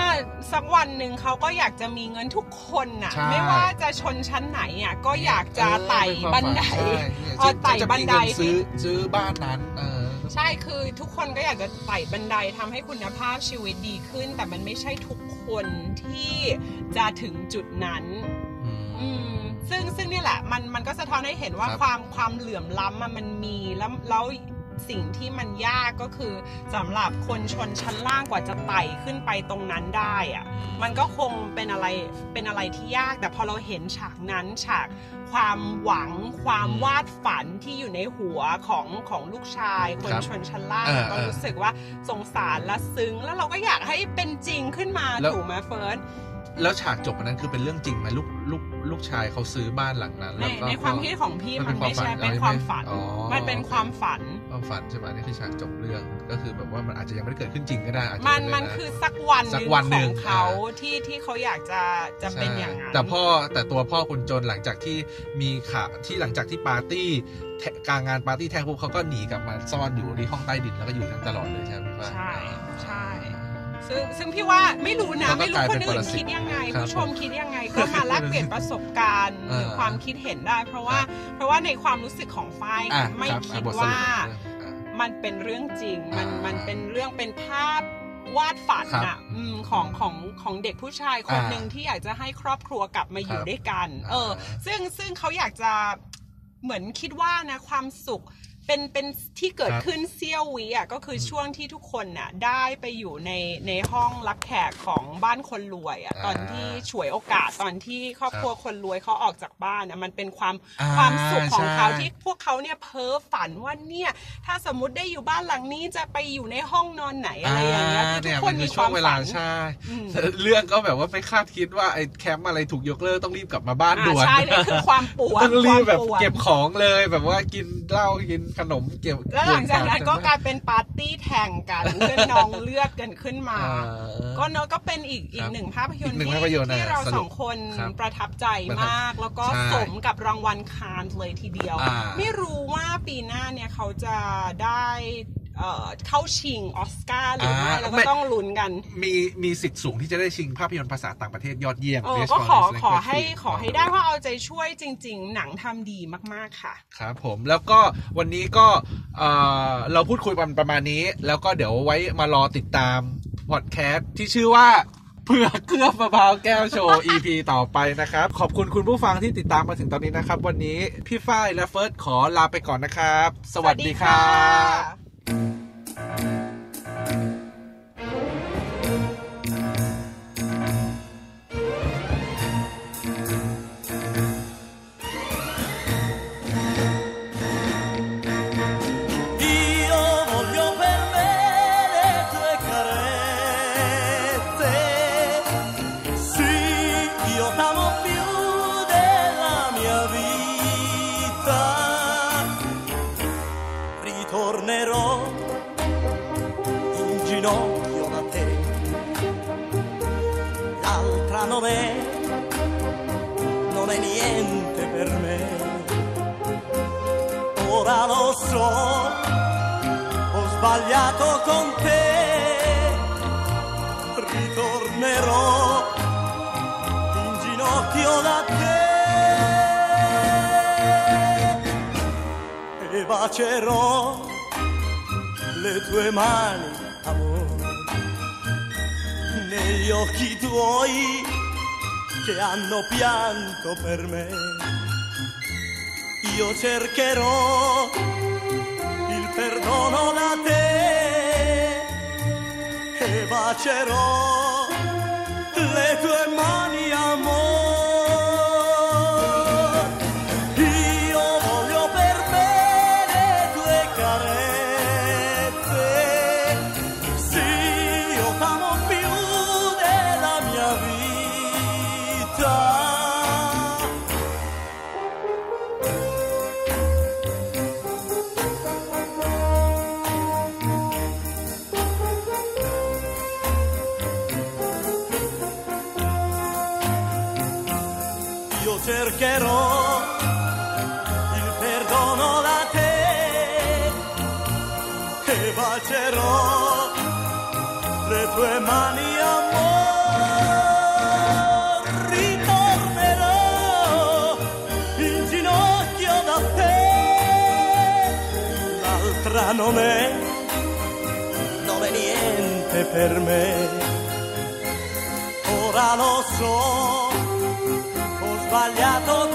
Speaker 2: สักวันหนึ่งเขาก็อยากจะมีเงินทุกคนน่ะ
Speaker 1: ใช่
Speaker 2: ไม่ว่าจะชนชั้นไหนอะ่ะก็อยากจะไต่บันได
Speaker 1: ใช่เนี่ย
Speaker 2: เออไต่บันได
Speaker 1: จะมีเงิซื้อซื้อบ้านนั้น เออ
Speaker 2: ใช่คือทุกคนก็อยากจะไต่บันไดทำให้คุณภาพชีวิตดีขึ้น แต่มันไม่ใช่ทุกคนที่จะถึงจุดนั้น อืมซึ่งซึ่งนี่แหละมันมันก็สะท้อนให้เห็นว่า
Speaker 1: ครับ
Speaker 2: ความความเหลื่อมล้ำอะมันมีแล้วแล้วสิ่งที่มันยากก็คือสำหรับคนชนชั้นล่างกว่าจะไต่ขึ้นไปตรงนั้นได้อะมันก็คงเป็นอะไรเป็นอะไรที่ยาก แต่พอเราเห็นฉากนั้นฉากความหวังความ
Speaker 1: อืม
Speaker 2: วาดฝันที่อยู่ในหัวของของลูกชาย คน
Speaker 1: ครับ
Speaker 2: ชนชั้นล่าง
Speaker 1: เออ
Speaker 2: ก็
Speaker 1: เออ
Speaker 2: รู้สึกว่าสงสารและซึ้ง แล้วเราก็อยากให้เป็นจริงขึ้นมา
Speaker 1: แล้ว
Speaker 2: ถูกไหมเฟิร์น
Speaker 1: แล้วฉากจบอันนั้นคือเป็นเรื่องจริงไหมลูกลูกลูกชายเขาซื้อบ้านหลังนั้น
Speaker 2: ใน
Speaker 1: แล้วก็
Speaker 2: ในความคิดของพี่
Speaker 1: น
Speaker 2: มันไม่ใช่เป็น
Speaker 1: อ๋อ
Speaker 2: ความฝัน
Speaker 1: อ๋อ
Speaker 2: มันเป็นความฝัน
Speaker 1: ความฝันใช่ไหมนี่คือฉากจบเรื่องก็คือแบบว่ามันอาจจะยังไม่ได้เกิดขึ้นจริงก็ได้อาจจะ
Speaker 2: มัน
Speaker 1: เป็
Speaker 2: มัน
Speaker 1: ไปได้
Speaker 2: คือสักวันห
Speaker 1: สั
Speaker 2: นึ่
Speaker 1: ก
Speaker 2: ง
Speaker 1: วันห
Speaker 2: ข
Speaker 1: นึ่
Speaker 2: อง งเขา
Speaker 1: อ่า
Speaker 2: ที่ที่เขาอยากจะจะเป็นอย่างนั้น
Speaker 1: ใช่แต่พ่อแต่ตัวพ่อคนจนหลังจากที่มีข่าวที่หลังจากที่ปาร์ตี้แทกลางงานปาร์ตี้แทงปุ๊บเขาก็หนีกลับมาซ่อนอยู่ที่ห้องใต้ดินแล้วก็อยู่นั้นตลอดเลยใช่ไหมพี่ฟ้า
Speaker 2: ใช่ใช่ ซึ่งซึ่งพี่ว่าไม่รู้นะ
Speaker 1: มันก็
Speaker 2: ไม่รู้
Speaker 1: กลาย
Speaker 2: ค
Speaker 1: เป็น
Speaker 2: นอื่
Speaker 1: ปร
Speaker 2: น
Speaker 1: สิต
Speaker 2: คิดยังไง
Speaker 1: ครับ
Speaker 2: ผู้ชมคิดยังไง ก็มาแลกเปลี่ยนประสบการณ์
Speaker 1: อ่า
Speaker 2: หรือความคิดเห็นได้ เพราะว่า
Speaker 1: ครับ
Speaker 2: เพราะว่าในความรู้สึกของฝ้าย
Speaker 1: อ่ะ
Speaker 2: ไม่
Speaker 1: รับ
Speaker 2: คิ
Speaker 1: อ่ะ
Speaker 2: ด
Speaker 1: บทสรุป
Speaker 2: ว่า
Speaker 1: เรื่องอ่ะ
Speaker 2: มันเป็นเรื่องจริง มัน
Speaker 1: อ่ามั
Speaker 2: มันเป็นเรื่องเป็นภาพวาดฝัน
Speaker 1: ครั
Speaker 2: อ่ะ
Speaker 1: บ
Speaker 2: อืมของของของเด็กผู้ชายคน
Speaker 1: อ่า
Speaker 2: หนึ่งที่อยากจะให้ครอบครัวกลับมาอยู่
Speaker 1: ครับ
Speaker 2: ด้วยกัน
Speaker 1: อ่า
Speaker 2: เออ ซึ่งซึ่งเขาอยากจะเหมือนคิดว่านะความสุขเป็นเป็นที่เกิด
Speaker 1: ครับ
Speaker 2: ขึ้นเซี่ยววิอ่ะก็คืออ
Speaker 1: ม
Speaker 2: ช่วงที่ทุกคนน่ะได้ไปอยู่ในในห้องรับแขกของบ้านคนรวยอ่ะ
Speaker 1: อ่า
Speaker 2: ตอนที่ฉวยโอกาสตอนที่ครอบ
Speaker 1: ครับ
Speaker 2: ครัวคนรวยเขาออกจากบ้านอ่ะมันเป็นความ
Speaker 1: อ่
Speaker 2: ความสุขของเขา
Speaker 1: ใช่
Speaker 2: ที่พวกเขาเนี่ยเพ้อฝันว่าเนี่ย ถ้าสมมติได้อยู่บ้านหลังนี้จะไปอยู่ในห้องนอนไหนอะไรอย่างเงี้ยคือทุกคนมีความ
Speaker 1: เวลา
Speaker 2: ฝัน
Speaker 1: ใช่
Speaker 2: อืม
Speaker 1: เรื่องก็แบบว่าไม่คาดคิดว่าไอ้แคมป์อะไรถูกยกเลิกต้องรีบกลับมาบ้าน
Speaker 2: อ่า
Speaker 1: ด่วน
Speaker 2: ใช่นี่คือความปวด
Speaker 1: ต้องรีบแบบ
Speaker 2: ความปวด
Speaker 1: เก็บของเลยแบบว่ากินเหล้ากิน ขนมเกี่ยว
Speaker 2: แล้วหลังจากนั้นก็กลายเป็นปาร์ตี้แข่ง กันเพื่อนน้องเลือดกันขึ้นมา
Speaker 1: อ่า
Speaker 2: ก็เนอะก็เป็นอีกอีกหนึ่งภาพยนต
Speaker 1: อี
Speaker 2: ร์
Speaker 1: กหนึ่ง
Speaker 2: ที่
Speaker 1: ภาพยนตร์นะ
Speaker 2: ที่เรา
Speaker 1: สรุป
Speaker 2: สองคน
Speaker 1: ครับ
Speaker 2: ประทับใจมาก แล้วก็
Speaker 1: ใช่
Speaker 2: สมกับรางวัลคานส์เลยทีเดียว
Speaker 1: อ่า
Speaker 2: ไม่รู้ว่าปีหน้าเนี่ยเขาจะได้เอ่อเข้าชิงออสการ์หรือไม่เราก็ต้องลุ้นกัน
Speaker 1: มีมีสิทธิ์สูงที่จะได้ชิงภาพยนตร์ภาษาต่างประเทศยอดเยี่ยม
Speaker 2: เออ
Speaker 1: Best
Speaker 2: ก็ขอ
Speaker 1: Foreign
Speaker 2: ขอ
Speaker 1: Language
Speaker 2: ให้
Speaker 1: Film
Speaker 2: ขอให้ได้เพราะเอาใจช่วยจริง ๆ หนังทำดีมากๆค่ะ
Speaker 1: ครับผมแล้วก็วันนี้ก็เอ่อเราพูดคุยกันประมาณนี้ แล้วก็เดี๋ยวไว้มารอติดตามพอดแคสต์ที่ชื่อว่าเพื่อกเกลือบมะพร้าวแก้วโชว์ EP ต่อไปนะครับ ขอบคุณคุณผู้ฟังที่ติดตามมาถึงตอนนี้นะครับ วันนี้พี่ฝ้ายและเฟิร์สขอลาไปก่อนนะครับ สวัสดีครับ
Speaker 3: 「io voglio per me le tue carezze Sì, io t'amo più della mia vita Ritornerò in ginocchio da te L'altra non è, non è niente per me ora lo so, ho sbagliato con te, ritornerò in ginocchio da te e bacerò le tue mani, amore, negli occhi tuoi che hanno pianto per me io cercherò il perdono da te e bacerò le tue mani amore io voglio per me le tue carezze sì io t'amo più della mia vita io cercherò il perdono da te e bacerò le tue mani amore ritornerò in ginocchio da te l'altra non è non è niente per me ora lo so ho sbagliato Oh,